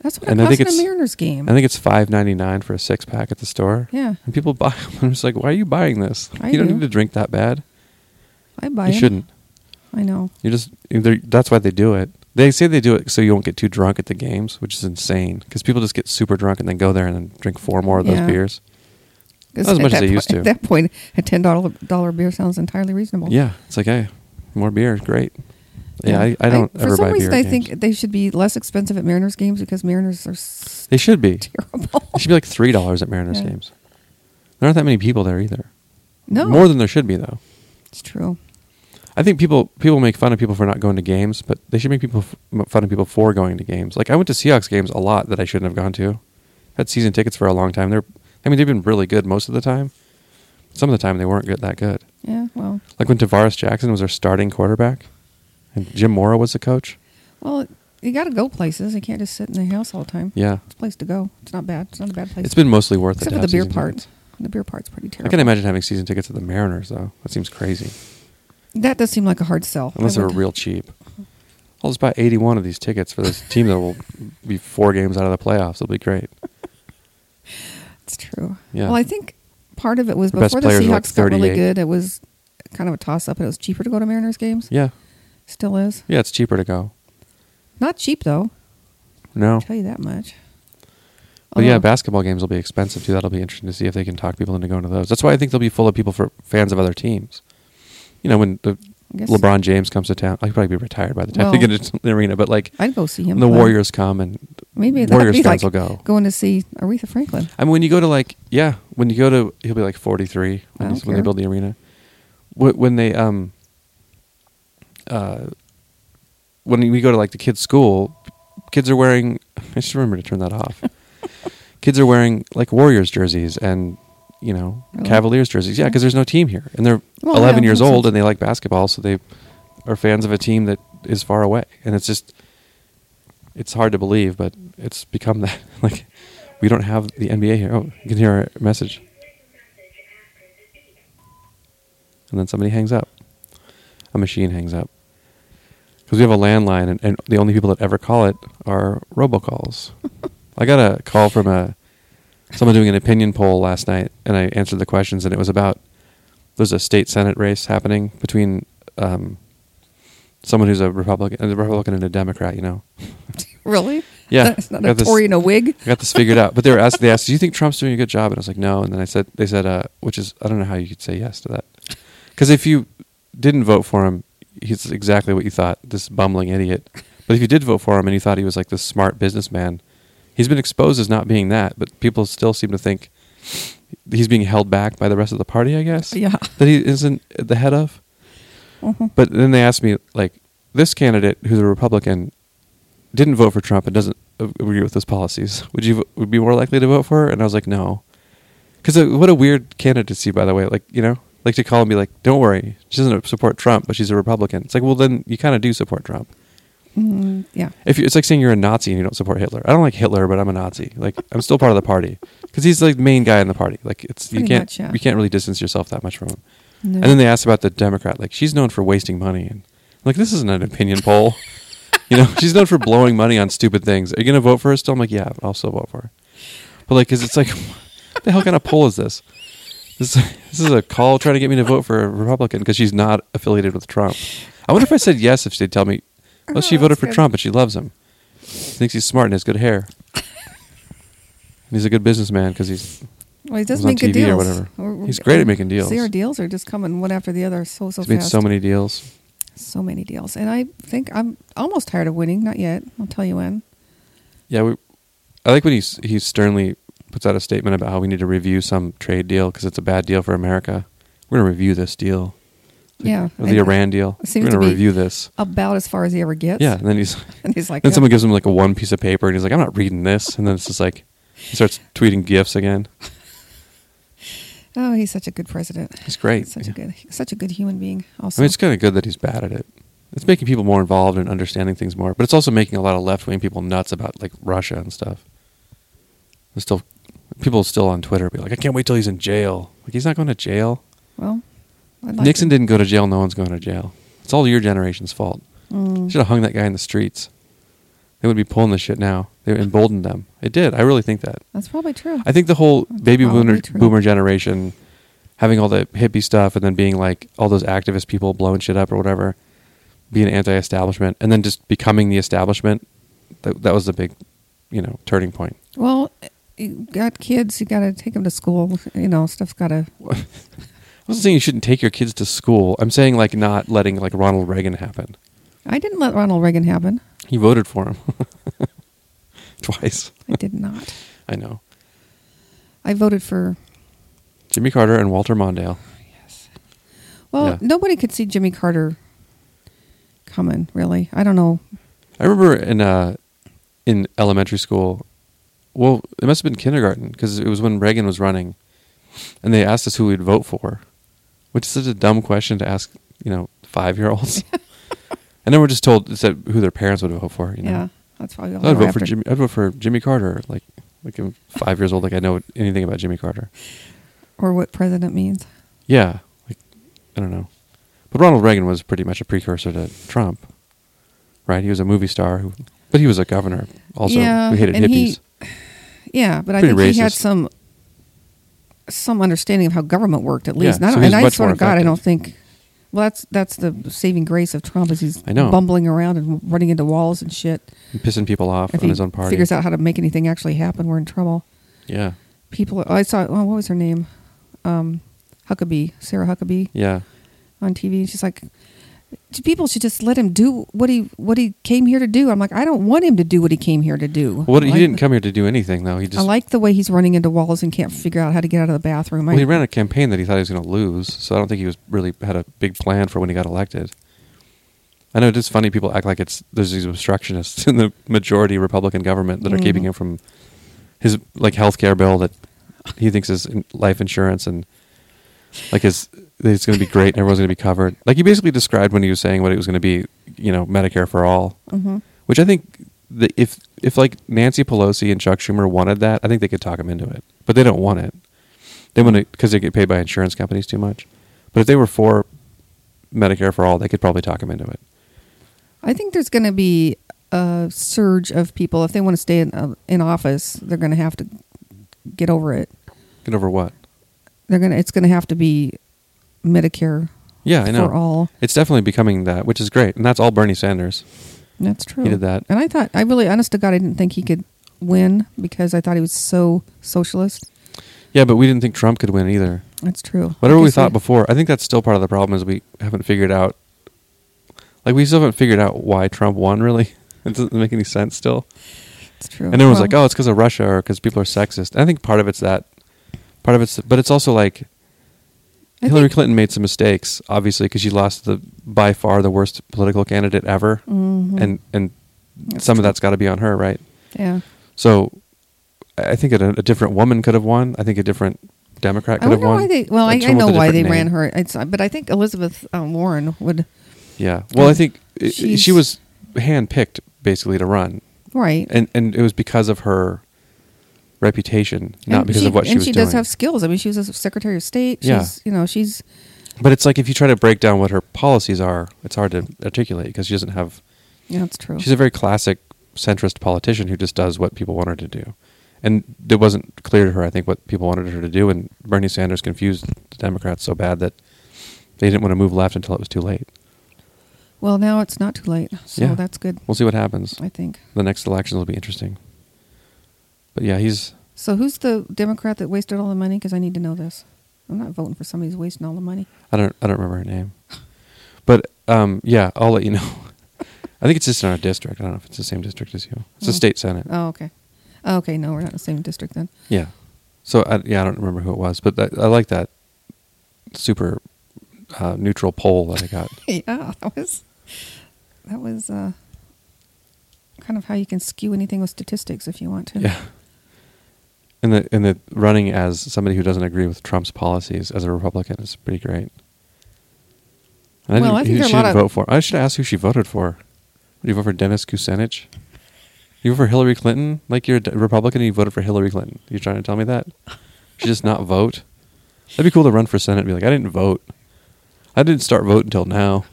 Speaker 2: that's what
Speaker 1: and
Speaker 2: it
Speaker 1: I
Speaker 2: cost
Speaker 1: think
Speaker 2: in a
Speaker 1: it's-
Speaker 2: Mariners game.
Speaker 1: I think it's five ninety nine for a six pack at the store.
Speaker 2: yeah,
Speaker 1: and people <laughs> buy them. I'm just like, why are you buying this?
Speaker 2: I
Speaker 1: you don't
Speaker 2: do.
Speaker 1: need to drink that bad.
Speaker 2: I buy
Speaker 1: you
Speaker 2: it.
Speaker 1: shouldn't.
Speaker 2: I know.
Speaker 1: You just they're- that's why they do it. They say they do it so you won't get too drunk at the games, which is insane because people just get super drunk and then go there and then drink four more of
Speaker 2: Yeah.
Speaker 1: those beers.
Speaker 2: 'Cause
Speaker 1: Not as
Speaker 2: at
Speaker 1: much as
Speaker 2: that
Speaker 1: I
Speaker 2: point-
Speaker 1: used to.
Speaker 2: At that point, a ten dollar dollar beer sounds entirely reasonable.
Speaker 1: Yeah, it's like, hey, more beer, great. Yeah, I, I don't
Speaker 2: for
Speaker 1: ever
Speaker 2: some
Speaker 1: buy
Speaker 2: reason,
Speaker 1: beer.
Speaker 2: I
Speaker 1: at games.
Speaker 2: think they should be less expensive at Mariners games because Mariners are s-
Speaker 1: They should be.
Speaker 2: terrible.
Speaker 1: It should be like three dollars at Mariners
Speaker 2: Yeah.
Speaker 1: games. There aren't that many people there either.
Speaker 2: <laughs> no,
Speaker 1: More than there should be though.
Speaker 2: it's true.
Speaker 1: I think people people make fun of people for not going to games, but they should make people f- m- fun of people for going to games. Like I went to Seahawks games a lot that I shouldn't have gone to. Had season tickets for a long time. They're I mean they've been really good most of the time. Some of the time they weren't good, that good.
Speaker 2: Yeah, well,
Speaker 1: Like when Tavares Jackson was our starting quarterback, and Jim Mora was the coach.
Speaker 2: well, you got to go places. You can't just sit in the house all the time.
Speaker 1: Yeah,
Speaker 2: It's a place to go. It's not bad. It's not a bad place.
Speaker 1: it's been mostly worth it.
Speaker 2: except
Speaker 1: to
Speaker 2: for the
Speaker 1: have
Speaker 2: beer
Speaker 1: season
Speaker 2: part.
Speaker 1: tickets.
Speaker 2: The beer part's pretty
Speaker 1: I
Speaker 2: terrible.
Speaker 1: can imagine having season tickets at the Mariners though. That seems crazy,
Speaker 2: That does seem like a hard sell.
Speaker 1: unless
Speaker 2: I
Speaker 1: they're
Speaker 2: would-
Speaker 1: real cheap. I'll just buy eighty-one of these tickets for this team that will be four games out of the playoffs. It'll be great.
Speaker 2: It's true.
Speaker 1: Yeah.
Speaker 2: Well, I think part of it was
Speaker 1: The best
Speaker 2: before the
Speaker 1: players
Speaker 2: Seahawks
Speaker 1: were like
Speaker 2: got really
Speaker 1: 38.
Speaker 2: good. It was kind of a toss up, and it was cheaper to go to Mariners games.
Speaker 1: Yeah,
Speaker 2: Still is.
Speaker 1: yeah, it's cheaper to go.
Speaker 2: Not cheap though.
Speaker 1: No,
Speaker 2: I'll tell you that much.
Speaker 1: But yeah,
Speaker 2: Although-
Speaker 1: basketball games will be expensive too. That'll be interesting to see if they can talk people into going to those. That's why I think they'll be full of people for fans of other teams. You know, when the
Speaker 2: I guess-
Speaker 1: LeBron James comes to town, I'd probably be retired by the time they
Speaker 2: Well-
Speaker 1: get into the arena. But like
Speaker 2: I'd go see him.
Speaker 1: when the
Speaker 2: play.
Speaker 1: Warriors come and
Speaker 2: Maybe that'd
Speaker 1: Warriors
Speaker 2: be
Speaker 1: fans
Speaker 2: like
Speaker 1: will go.
Speaker 2: Going to see Aretha Franklin.
Speaker 1: I mean, when you go to like yeah, when you go to he'll be like forty three when,
Speaker 2: I
Speaker 1: he's-
Speaker 2: don't
Speaker 1: when they
Speaker 2: care.
Speaker 1: build the arena. Wh- When they um uh when we go to like the kids' school, kids are wearing. <laughs> I just remember to turn that off. kids are wearing like Warriors jerseys and you know
Speaker 2: Really?
Speaker 1: Cavaliers jerseys. Yeah, because there's no team here, and they're
Speaker 2: Well, yeah,
Speaker 1: eleven years
Speaker 2: makes
Speaker 1: old
Speaker 2: sense.
Speaker 1: and they like basketball, so they are fans of a team that is far away, and it's just it's hard to believe, but it's become that. <laughs> Like, we don't have the NBA here. Oh, you can hear our message. And then somebody hangs up. A machine hangs up. Because we have a landline, and, and the only people that ever call it are robocalls. I got a call from a someone doing an opinion poll last night, and I answered the questions, and it was about there's a state senate race happening between um, someone who's a Republican, a Republican and a Democrat, you know.
Speaker 2: <laughs> Really?
Speaker 1: Yeah,
Speaker 2: It's not
Speaker 1: got
Speaker 2: a
Speaker 1: this-
Speaker 2: Tory in a wig.
Speaker 1: I got this figured out. But they were asked. They asked, "Do you think Trump's doing a good job?" And I was like, "No." And then I said, "They said, uh, which is I don't know how you could say yes to that, because if you didn't vote for him, he's exactly what you thought, this bumbling idiot. But if you did vote for him and you thought he was like this smart businessman, he's been exposed as not being that. But people still seem to think he's being held back by the rest of the party. I guess
Speaker 2: Yeah.
Speaker 1: that he isn't at the head of.
Speaker 2: Mhm.
Speaker 1: But then they asked me, like, this candidate who's a Republican didn't vote for Trump and doesn't a- agree with his policies. Would you vo- would be more likely to vote for her? And I was like, no. Because what a weird candidacy, by the way. Like, you know, like to call and be like, don't worry, she doesn't support Trump, but she's a Republican. It's like, well, then you kind of do support Trump.
Speaker 2: Mm, yeah.
Speaker 1: If you, it's like saying you're a Nazi and you don't support Hitler. I don't like Hitler, but I'm a Nazi. Like, I'm still part of the party because he's like the main guy in the party. Like, it's you
Speaker 2: Pretty
Speaker 1: can't
Speaker 2: much, yeah.
Speaker 1: you can't really distance yourself that much from him.
Speaker 2: No.
Speaker 1: And then they asked about the Democrat. Like, she's known for wasting money. And I'm like, this isn't an opinion poll. <laughs> you know, she's known for blowing money on stupid things. Are you going to vote for her still? I'm like, yeah, I'll still vote for her. But, like, because it's like, <laughs> what the hell kind of poll is this? This, this is a call trying to get me to vote for a Republican because she's not affiliated with Trump. I wonder if I said yes if she'd tell me, well, she
Speaker 2: Oh,
Speaker 1: voted
Speaker 2: that's
Speaker 1: for
Speaker 2: good.
Speaker 1: Trump and she loves him. She thinks he's smart and has good hair. And he's a good businessman because he's
Speaker 2: well, he does
Speaker 1: was on
Speaker 2: make good
Speaker 1: TV or
Speaker 2: deals.
Speaker 1: whatever.
Speaker 2: We're- we're-
Speaker 1: He's great at making deals.
Speaker 2: See, our deals are just coming one after the other so so
Speaker 1: he's made
Speaker 2: fast.
Speaker 1: so many deals.
Speaker 2: so many deals, and I think I'm almost tired of winning. Not yet. I'll tell you when.
Speaker 1: Yeah, we, I like when he s- he sternly puts out a statement about how we need to review some trade deal because it's a bad deal for America. We're gonna review this deal,
Speaker 2: Yeah.
Speaker 1: or the
Speaker 2: and
Speaker 1: Iran deal.
Speaker 2: It seems
Speaker 1: We're
Speaker 2: to
Speaker 1: gonna
Speaker 2: be-
Speaker 1: review this.
Speaker 2: About as far as he ever gets.
Speaker 1: Yeah, and then he's
Speaker 2: <laughs> And he's like,
Speaker 1: then
Speaker 2: "Yeah."
Speaker 1: someone gives him like a one piece of paper, and he's like, "I'm not reading this." And then it's just like he starts tweeting gifs again.
Speaker 2: oh, he's such a good president.
Speaker 1: He's great.
Speaker 2: Such
Speaker 1: Yeah.
Speaker 2: a good, such a good human being.
Speaker 1: I
Speaker 2: Also,
Speaker 1: mean, it's kind of good that he's bad at it. It's making people more involved and understanding things more, but it's also making a lot of left wing people nuts about like Russia and stuff. There's still people still on Twitter be like, I can't wait till he's in jail. Like he's not going to jail.
Speaker 2: well, I'd like
Speaker 1: Nixon
Speaker 2: to-
Speaker 1: didn't go to jail. No one's going to jail. It's all your generation's fault.
Speaker 2: Mm.
Speaker 1: Should have hung that guy in the streets. They would be pulling this shit now. They emboldened them. It did. I really think that.
Speaker 2: That's probably true.
Speaker 1: I think the whole
Speaker 2: That's
Speaker 1: baby
Speaker 2: probably
Speaker 1: boomer,
Speaker 2: true.
Speaker 1: boomer generation having all the hippie stuff and then being like all those activist people blowing shit up or whatever, being anti establishment and then just becoming the establishment. That, that was the big, you know, turning point.
Speaker 2: Well, you got kids. You got to take them to school. You know, stuff's got to.
Speaker 1: I wasn't saying you shouldn't take your kids to school. I'm saying like not letting like Ronald Reagan happen.
Speaker 2: I didn't let Ronald Reagan happen.
Speaker 1: He voted for him <laughs> twice.
Speaker 2: I did not.
Speaker 1: I know.
Speaker 2: I voted for.
Speaker 1: Jimmy Carter and Walter Mondale.
Speaker 2: Well,
Speaker 1: Yeah.
Speaker 2: nobody could see Jimmy Carter coming. Really, I don't know.
Speaker 1: I remember in uh, in elementary school. Well, it must have been kindergarten because it was when Reagan was running, and they asked us who we'd vote for, Which is such a dumb question to ask, you know, five year
Speaker 2: <laughs>
Speaker 1: olds. and then we're just told it's that who their parents would vote for. You know?
Speaker 2: Yeah, that's probably all.
Speaker 1: I'd
Speaker 2: we're
Speaker 1: vote for
Speaker 2: after.
Speaker 1: Jimmy. uh, I'd vote for Jimmy Carter. Like, like I'm five years old. Like I know anything about Jimmy Carter.
Speaker 2: or what president means.
Speaker 1: Yeah, like I don't know. But Ronald Reagan was pretty much a precursor to Trump, right? He was a movie star, who, but he was a governor also.
Speaker 2: Yeah,
Speaker 1: we hated
Speaker 2: and
Speaker 1: hippies.
Speaker 2: he- Yeah, but I
Speaker 1: Pretty
Speaker 2: think he had
Speaker 1: racist.
Speaker 2: some some understanding of how government worked at least.
Speaker 1: Yeah,
Speaker 2: and I,
Speaker 1: so
Speaker 2: don't-
Speaker 1: he was
Speaker 2: and I
Speaker 1: much
Speaker 2: swear
Speaker 1: more
Speaker 2: to God, I
Speaker 1: effective.
Speaker 2: don't think. Well, that's that's the saving grace of Trump is he's
Speaker 1: I know.
Speaker 2: bumbling around and running into walls and shit.
Speaker 1: And pissing people off
Speaker 2: If
Speaker 1: on
Speaker 2: he
Speaker 1: his own party.
Speaker 2: figures out how to make anything actually happen, we're in trouble.
Speaker 1: Yeah,
Speaker 2: People, I saw. Oh, what was her name? Um, Huckabee, Sarah Huckabee
Speaker 1: yeah,
Speaker 2: on TV. She's like, people should just let him do what he what he came here to do. I'm like, I don't want him to do what he came here to do.
Speaker 1: Well, what,
Speaker 2: I
Speaker 1: he
Speaker 2: like
Speaker 1: didn't
Speaker 2: the-
Speaker 1: come here to do anything, though. He just
Speaker 2: I like the way he's running into walls and can't figure out how to get out of the bathroom.
Speaker 1: well,
Speaker 2: I,
Speaker 1: he ran a campaign that he thought he was going to lose, so I don't think he was really had a big plan for when he got elected. I know it is funny people act like it's there's these obstructionists <laughs> in the majority Republican government that are keeping
Speaker 2: Mhm.
Speaker 1: him from his like health care bill that he thinks is in life insurance and like his that it's going to be great and everyone's going to be covered. Like he basically described when he was saying what it was going to be, you know, Medicare for all.
Speaker 2: Mhm.
Speaker 1: Which I think the, if if like Nancy Pelosi and Chuck Schumer wanted that, I think they could talk him into it. But they don't want it. They want it because they get paid by insurance companies too much. But if they were for Medicare for all, they could probably talk him into it.
Speaker 2: I think there's going to be a surge of people if they want to stay in, uh, in office. They're going to have to get over it.
Speaker 1: Get over what?
Speaker 2: They're going to. It's going to have to be Medicare.
Speaker 1: Yeah, I know.
Speaker 2: For all.
Speaker 1: It's definitely becoming that, which is great, and that's all Bernie Sanders.
Speaker 2: That's true.
Speaker 1: He did that.
Speaker 2: And I thought, I really, honest to God, I didn't think he could win because I thought he was so socialist.
Speaker 1: Yeah, but we didn't think Trump could win either.
Speaker 2: That's true.
Speaker 1: Whatever
Speaker 2: I
Speaker 1: we
Speaker 2: guess
Speaker 1: thought before, I think that's still part of the problem is we haven't figured out. Like we still haven't figured out why Trump won. Really, <laughs> it doesn't make any sense still.
Speaker 2: That's true.
Speaker 1: And everyone's like,
Speaker 2: Well,
Speaker 1: "Oh, it's because of Russia or because people are sexist." And I think part of it's that. Part of it's, but it's also like
Speaker 2: I
Speaker 1: Hillary
Speaker 2: think-
Speaker 1: Clinton made some mistakes, obviously, because she lost the by far the worst political candidate ever,
Speaker 2: Mhm.
Speaker 1: and and
Speaker 2: That's
Speaker 1: some
Speaker 2: true.
Speaker 1: of that's got to be on her, right?
Speaker 2: Yeah.
Speaker 1: So, I I think that a, a different woman could have won. I think a different Democrat
Speaker 2: I
Speaker 1: could have
Speaker 2: wonder
Speaker 1: won.
Speaker 2: why they. Well,
Speaker 1: Uh,
Speaker 2: I, I
Speaker 1: someone
Speaker 2: know
Speaker 1: with a
Speaker 2: why they
Speaker 1: different
Speaker 2: ran
Speaker 1: name.
Speaker 2: her. It's, uh, but I think Elizabeth uh, Warren would.
Speaker 1: Yeah. Well, I think i
Speaker 2: She's-
Speaker 1: she was handpicked basically to run,
Speaker 2: Right.
Speaker 1: and and it was because of her reputation, not
Speaker 2: And
Speaker 1: because
Speaker 2: she,
Speaker 1: of what she
Speaker 2: and
Speaker 1: was
Speaker 2: she
Speaker 1: doing.
Speaker 2: does have skills. I mean, she was a Secretary of State. She's,
Speaker 1: Yeah.
Speaker 2: You know, she's.
Speaker 1: But it's like if you try to break down what her policies are, it's hard to articulate because she doesn't have.
Speaker 2: Yeah, that's true.
Speaker 1: She's a very classic centrist politician who just does what people want her to do, and it wasn't clear to her. I think what people wanted her to do, and Bernie Sanders confused the Democrats so bad that they didn't want to move left until it was too late.
Speaker 2: well, now it's not too late, so
Speaker 1: Yeah.
Speaker 2: that's good.
Speaker 1: We'll see what happens.
Speaker 2: I think.
Speaker 1: The next elections will be interesting. But yeah, he's
Speaker 2: So who's the Democrat that wasted all the money? Because I need to know this. I'm not voting for somebody who's wasting all the money.
Speaker 1: I don't I don't remember her name, but um yeah, I'll let you know. <laughs> I think it's just in our district. I don't know if it's the same district as you. It's
Speaker 2: Oh.
Speaker 1: a state senate.
Speaker 2: Oh, okay. Oh, okay, no, we're not in the same district then.
Speaker 1: Yeah. So I, yeah, I don't remember who it was, but I, I like that super uh, neutral poll that I got.
Speaker 2: <laughs> yeah, that was that was uh, kind of how you can skew anything with statistics if you want to.
Speaker 1: yeah. And the and the running as somebody who doesn't agree with Trump's policies as a Republican is pretty great. And I
Speaker 2: Well,
Speaker 1: didn't,
Speaker 2: I think there are a
Speaker 1: she
Speaker 2: lot
Speaker 1: didn't
Speaker 2: of-
Speaker 1: vote for. I should ask who she voted for. Did you vote for Dennis Kucinich? You vote for Hillary Clinton? Like you're a D- Republican and you voted for Hillary Clinton? You trying to tell me that? She just not vote? That'd be cool to run for Senate and be like, I didn't vote. I didn't start vote until now.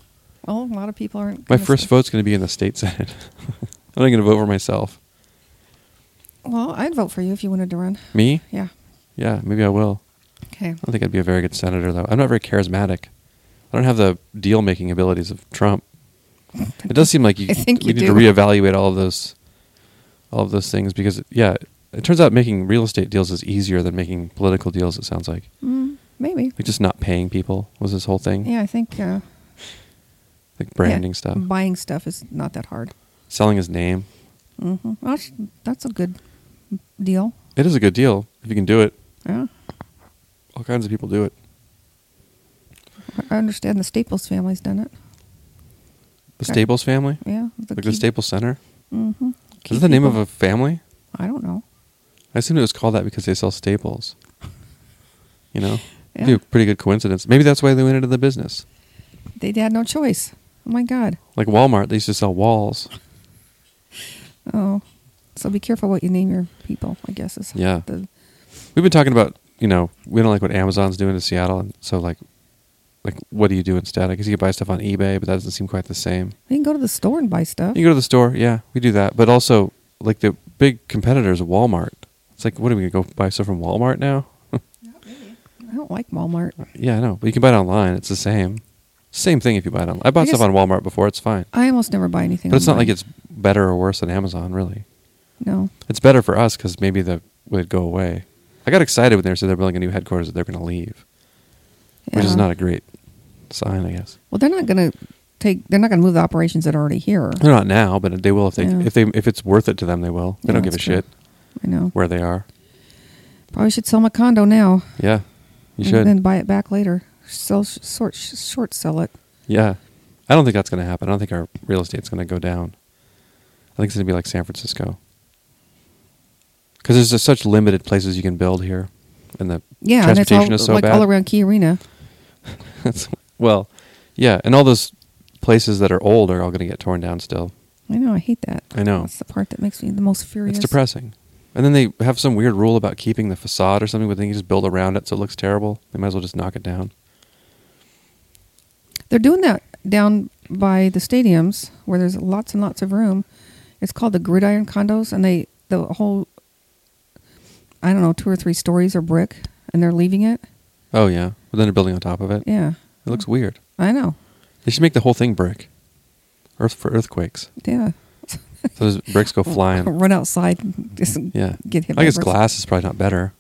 Speaker 2: Well, a lot of people aren't.
Speaker 1: My
Speaker 2: gonna
Speaker 1: first
Speaker 2: say-
Speaker 1: vote's going to be in the state <laughs> senate. I'm not going to vote for myself.
Speaker 2: Well, I'd vote for you if you wanted to run.
Speaker 1: Me?
Speaker 2: Yeah.
Speaker 1: Yeah, maybe I will.
Speaker 2: Okay.
Speaker 1: I don't think I'd be a very good senator, though. I'm not very charismatic. I don't have the deal making abilities of Trump. It does seem
Speaker 2: <laughs>
Speaker 1: like you,
Speaker 2: I think
Speaker 1: we
Speaker 2: you
Speaker 1: need
Speaker 2: do.
Speaker 1: to reevaluate all of those, all of those things because yeah, it turns out making real estate deals is easier than making political deals. It sounds like
Speaker 2: Mm, maybe.
Speaker 1: like just not paying people was this whole thing.
Speaker 2: Yeah, I think uh,
Speaker 1: like branding
Speaker 2: yeah,
Speaker 1: stuff,
Speaker 2: Buying stuff is not that hard.
Speaker 1: selling his name.
Speaker 2: Mm-hmm. that's a good deal.
Speaker 1: It is a good deal if you can do it.
Speaker 2: Yeah,
Speaker 1: All kinds of people do it.
Speaker 2: I understand the Staples family's done it.
Speaker 1: The
Speaker 2: Okay.
Speaker 1: Staples family,
Speaker 2: Yeah,
Speaker 1: like the Staples Center.
Speaker 2: Mm-hmm.
Speaker 1: Is that the name of a family?
Speaker 2: I don't know.
Speaker 1: I assumed it was called that because they sell staples. You know,
Speaker 2: Yeah.
Speaker 1: Dude, pretty good coincidence. Maybe that's why they went into the business.
Speaker 2: They had no choice. Oh my God.
Speaker 1: Like Walmart, they used to sell walls.
Speaker 2: Oh, so be careful what you name your people. I guess is
Speaker 1: Yeah.
Speaker 2: the-
Speaker 1: We've been talking about, you know, we don't like what Amazon's doing in Seattle, and so like, like what do you do instead? I guess you could buy stuff on eBay, but that doesn't seem quite the same.
Speaker 2: you can go to the store and buy stuff.
Speaker 1: You go to the store, yeah, we do that, but also like the big competitors, Walmart. It's like, what are we gonna go buy stuff from Walmart now? <laughs>
Speaker 2: I don't like Walmart.
Speaker 1: yeah, I know, but you can buy it online. It's the same, same thing if you buy it online. I bought
Speaker 2: I
Speaker 1: stuff
Speaker 2: guess-
Speaker 1: on Walmart before. It's fine,
Speaker 2: I almost never buy anything.
Speaker 1: but it's not
Speaker 2: online.
Speaker 1: like it's better or worse than Amazon, really.
Speaker 2: no.
Speaker 1: It's better for us because maybe the would go away. I got excited when they said they're building a new headquarters that they're going to leave, which is
Speaker 2: Yeah.
Speaker 1: not a great sign, I guess.
Speaker 2: Well, they're not going to take. They're not going to move the operations that are already here.
Speaker 1: They're not now, but they will if they
Speaker 2: Yeah.
Speaker 1: if they if it's worth it to them, they will. They
Speaker 2: Yeah,
Speaker 1: don't give a
Speaker 2: that's true.
Speaker 1: shit
Speaker 2: I know.
Speaker 1: where they are.
Speaker 2: Probably should sell my condo now.
Speaker 1: Yeah, you
Speaker 2: And
Speaker 1: should.
Speaker 2: then buy it back later. Sell short short sell it.
Speaker 1: yeah, I don't think that's going to happen. I don't think our real estate's going to go down. I think it's going to be like San Francisco because there's just such limited places you can build here, and the
Speaker 2: Yeah, and it's
Speaker 1: transportation
Speaker 2: all
Speaker 1: is so
Speaker 2: like
Speaker 1: bad.
Speaker 2: all around Key Arena.
Speaker 1: That's, <laughs> well, yeah, and all those places that are old are all going to get torn down still.
Speaker 2: I know. I hate that.
Speaker 1: I know.
Speaker 2: That's the part that makes me the most furious.
Speaker 1: It's depressing. And then they have some weird rule about keeping the facade or something, but then you just build around it so it looks terrible. They might as well just knock it down.
Speaker 2: They're doing that down by the stadiums where there's lots and lots of room. It's called the gridiron condos, and they the whole I don't know two or three stories are brick, and they're leaving it.
Speaker 1: Oh yeah, but then they're building on top of it.
Speaker 2: Yeah,
Speaker 1: It looks weird.
Speaker 2: I know.
Speaker 1: They should make the whole thing brick. Earth for earthquakes.
Speaker 2: Yeah,
Speaker 1: So
Speaker 2: <laughs>
Speaker 1: those bricks go flying.
Speaker 2: run outside, and just
Speaker 1: Yeah.
Speaker 2: get hit.
Speaker 1: I
Speaker 2: by
Speaker 1: guess
Speaker 2: bricks.
Speaker 1: glass is probably not better.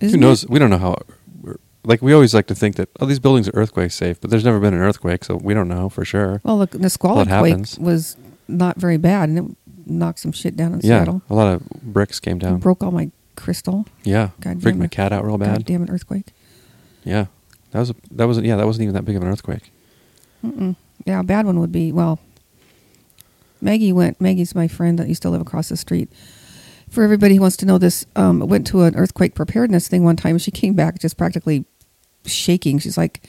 Speaker 2: Isn't
Speaker 1: Who knows?
Speaker 2: it?
Speaker 1: We don't know how. we're- Like we always like to think that oh these buildings are earthquake safe, but there's never been an earthquake, so we don't know for sure.
Speaker 2: Well, look, the
Speaker 1: Well,
Speaker 2: squalid
Speaker 1: it
Speaker 2: quake
Speaker 1: happens.
Speaker 2: was not very bad, and it knocked some shit down in
Speaker 1: yeah,
Speaker 2: Seattle.
Speaker 1: a lot of bricks came down.
Speaker 2: Broke all my crystal.
Speaker 1: Yeah,
Speaker 2: God
Speaker 1: freaked
Speaker 2: damn
Speaker 1: my
Speaker 2: it.
Speaker 1: cat out real bad.
Speaker 2: Goddamn an earthquake.
Speaker 1: Yeah, that was a, that wasn't yeah that wasn't even that big of an earthquake.
Speaker 2: Mm-mm. Yeah, a bad one would be well. Maggie went. Maggie's my friend that used to live across the street. For everybody who wants to know this, um, went to an earthquake preparedness thing one time. She came back just practically shaking. She's like,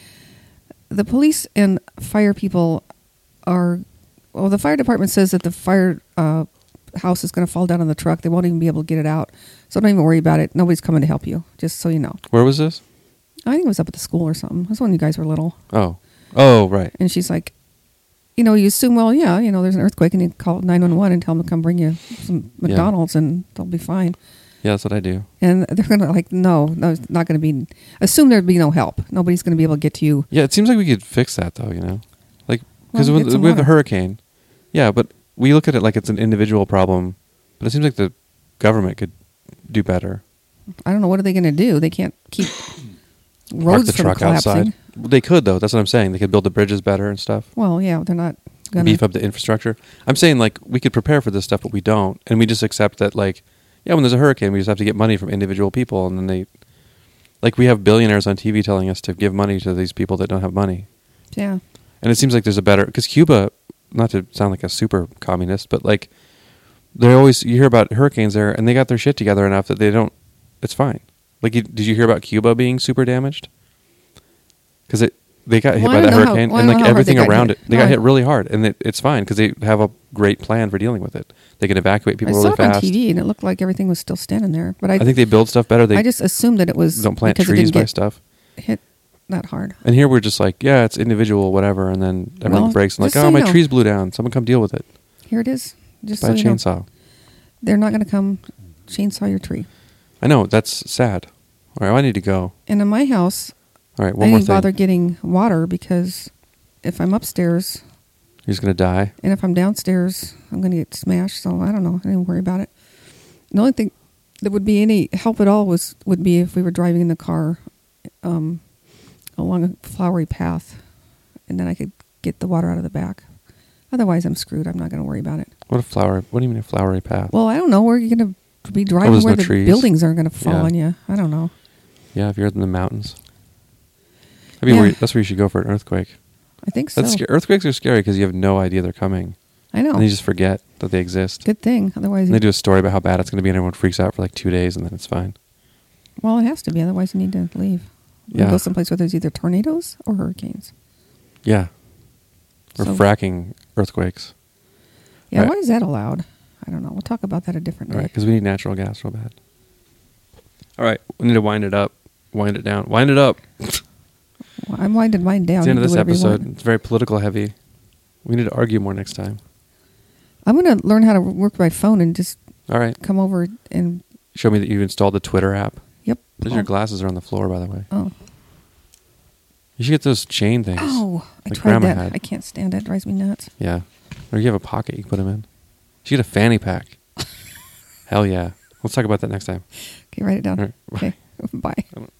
Speaker 2: the police and fire people are. Well, the fire department says that the fire uh, house is going to fall down on the truck. They won't even be able to get it out. So don't even worry about it. Nobody's coming to help you. Just so you know.
Speaker 1: Where was this?
Speaker 2: I think it was up at the school or something. It was when you guys were little.
Speaker 1: Oh, oh right.
Speaker 2: And she's like, you know, you assume, well, yeah, you know, there's an earthquake, and you call 911 and tell them to come bring you some
Speaker 1: Yeah.
Speaker 2: McDonald's, and they'll be fine.
Speaker 1: Yeah, that's what I do.
Speaker 2: And they're gonna like, no, no, it's not gonna be. Assume there'd be no help. Nobody's gonna be able to get to you.
Speaker 1: Yeah, it seems like we could fix that though. You know, like because
Speaker 2: Well, get
Speaker 1: with,
Speaker 2: some
Speaker 1: with a
Speaker 2: water.
Speaker 1: hurricane, yeah, but we look at it like it's an individual problem, but it seems like the government could do better.
Speaker 2: I don't know what are they gonna do. They can't
Speaker 1: <coughs>
Speaker 2: keep
Speaker 1: Park
Speaker 2: roads
Speaker 1: the
Speaker 2: from
Speaker 1: truck
Speaker 2: collapsing.
Speaker 1: outside. They could though. That's what I'm saying. They could build the bridges better and stuff.
Speaker 2: Well, yeah, they're not gonna.
Speaker 1: beef up the infrastructure. I'm saying like we could prepare for this stuff, but we don't, and we just accept that like yeah, when there's a hurricane, we just have to get money from individual people, and then they like we have billionaires on TV telling us to give money to these people that don't have money,
Speaker 2: Yeah,
Speaker 1: and it seems like there's a better because Cuba, not to sound like a super communist, but like they always you hear about hurricanes there, and they got their shit together enough that they don't. It's fine. Like you, did you hear about Cuba being super damaged? Because it they got hit
Speaker 2: Well, I
Speaker 1: by the
Speaker 2: don't know how-
Speaker 1: hurricane
Speaker 2: well, I
Speaker 1: and
Speaker 2: don't
Speaker 1: like
Speaker 2: know how hard they
Speaker 1: everything
Speaker 2: got
Speaker 1: around
Speaker 2: hit.
Speaker 1: it, they
Speaker 2: No,
Speaker 1: got
Speaker 2: I-
Speaker 1: hit really hard, and it, it's fine because they have a great plan for dealing with it. They can evacuate people
Speaker 2: I saw
Speaker 1: really
Speaker 2: it
Speaker 1: fast.
Speaker 2: on TV, and it looked like everything was still standing there. But I,
Speaker 1: I think they build stuff better. They
Speaker 2: I just assumed that it was
Speaker 1: don't plant
Speaker 2: because it
Speaker 1: trees
Speaker 2: didn't
Speaker 1: by
Speaker 2: get
Speaker 1: stuff.
Speaker 2: hit that hard.
Speaker 1: And here we're just like, yeah, it's individual, whatever, and then everything
Speaker 2: Well,
Speaker 1: breaks. And like,
Speaker 2: just so
Speaker 1: oh,
Speaker 2: you
Speaker 1: my
Speaker 2: know.
Speaker 1: trees blew down. Someone come deal with it.
Speaker 2: Here it is. Just
Speaker 1: by
Speaker 2: so
Speaker 1: a
Speaker 2: you know.
Speaker 1: chainsaw.
Speaker 2: they're not going to come chainsaw your tree.
Speaker 1: I know that's sad. All right, I need to go.
Speaker 2: And in my house,
Speaker 1: All right, one
Speaker 2: I
Speaker 1: more
Speaker 2: didn't
Speaker 1: thing.
Speaker 2: bother getting water because if I'm upstairs
Speaker 1: You're just gonna die.
Speaker 2: and if I'm downstairs, I'm going to get smashed. So I don't know. I didn't worry about it. The only thing that would be any help at all was would be if we were driving in the car um, along a flowery path, and then I could get the water out of the back. Otherwise, I'm screwed. I'm not going to worry about it.
Speaker 1: What a flower. What do you mean a flowery path?
Speaker 2: Well, I don't know. Where you going to be driving
Speaker 1: there's
Speaker 2: where
Speaker 1: no
Speaker 2: the
Speaker 1: trees.
Speaker 2: buildings aren't going to fall
Speaker 1: Yeah.
Speaker 2: on you. I don't know.
Speaker 1: yeah, if you're in the mountains, I mean,
Speaker 2: Yeah.
Speaker 1: where, that's where you should go for an earthquake.
Speaker 2: I think so.
Speaker 1: That's scar- earthquakes are scary because you have no idea they're coming,
Speaker 2: I know.
Speaker 1: and you just forget that they exist.
Speaker 2: Good thing. Otherwise,
Speaker 1: And they do a story about how bad it's gonna be, and everyone freaks out for like two days, and then it's fine.
Speaker 2: Well, it has to be. Otherwise, you need to leave. You
Speaker 1: Yeah.
Speaker 2: Go someplace where there's either tornadoes or hurricanes.
Speaker 1: Yeah. Or
Speaker 2: So-
Speaker 1: fracking earthquakes.
Speaker 2: Yeah,
Speaker 1: Right.
Speaker 2: why is that allowed? I don't know. We'll talk about that a different
Speaker 1: All
Speaker 2: day.
Speaker 1: right, because we need natural gas real bad. All right, we need to wind it up, wind it down, wind it up. it's
Speaker 2: Well, I'm winding mine down.
Speaker 1: the end of
Speaker 2: You do
Speaker 1: this
Speaker 2: whatever you
Speaker 1: episode.
Speaker 2: want.
Speaker 1: It's very political heavy. We need to argue more next time.
Speaker 2: I'm going to learn how to work my phone and just
Speaker 1: All right,
Speaker 2: come over and,
Speaker 1: show me that you installed the Twitter app.
Speaker 2: yep.
Speaker 1: Those
Speaker 2: oh.
Speaker 1: your glasses are on the floor, by the way.
Speaker 2: Oh.
Speaker 1: You should get those chain things.
Speaker 2: Oh, I
Speaker 1: Like
Speaker 2: tried
Speaker 1: Grandma
Speaker 2: that.
Speaker 1: had.
Speaker 2: I can't stand it. It drives me nuts.
Speaker 1: Yeah, or you have a pocket you can put them in. You should get a fanny pack.
Speaker 2: <laughs>
Speaker 1: Hell yeah. Let's talk about that next time.
Speaker 2: Okay, write it down.
Speaker 1: All right, bye.
Speaker 2: Okay, <laughs> bye.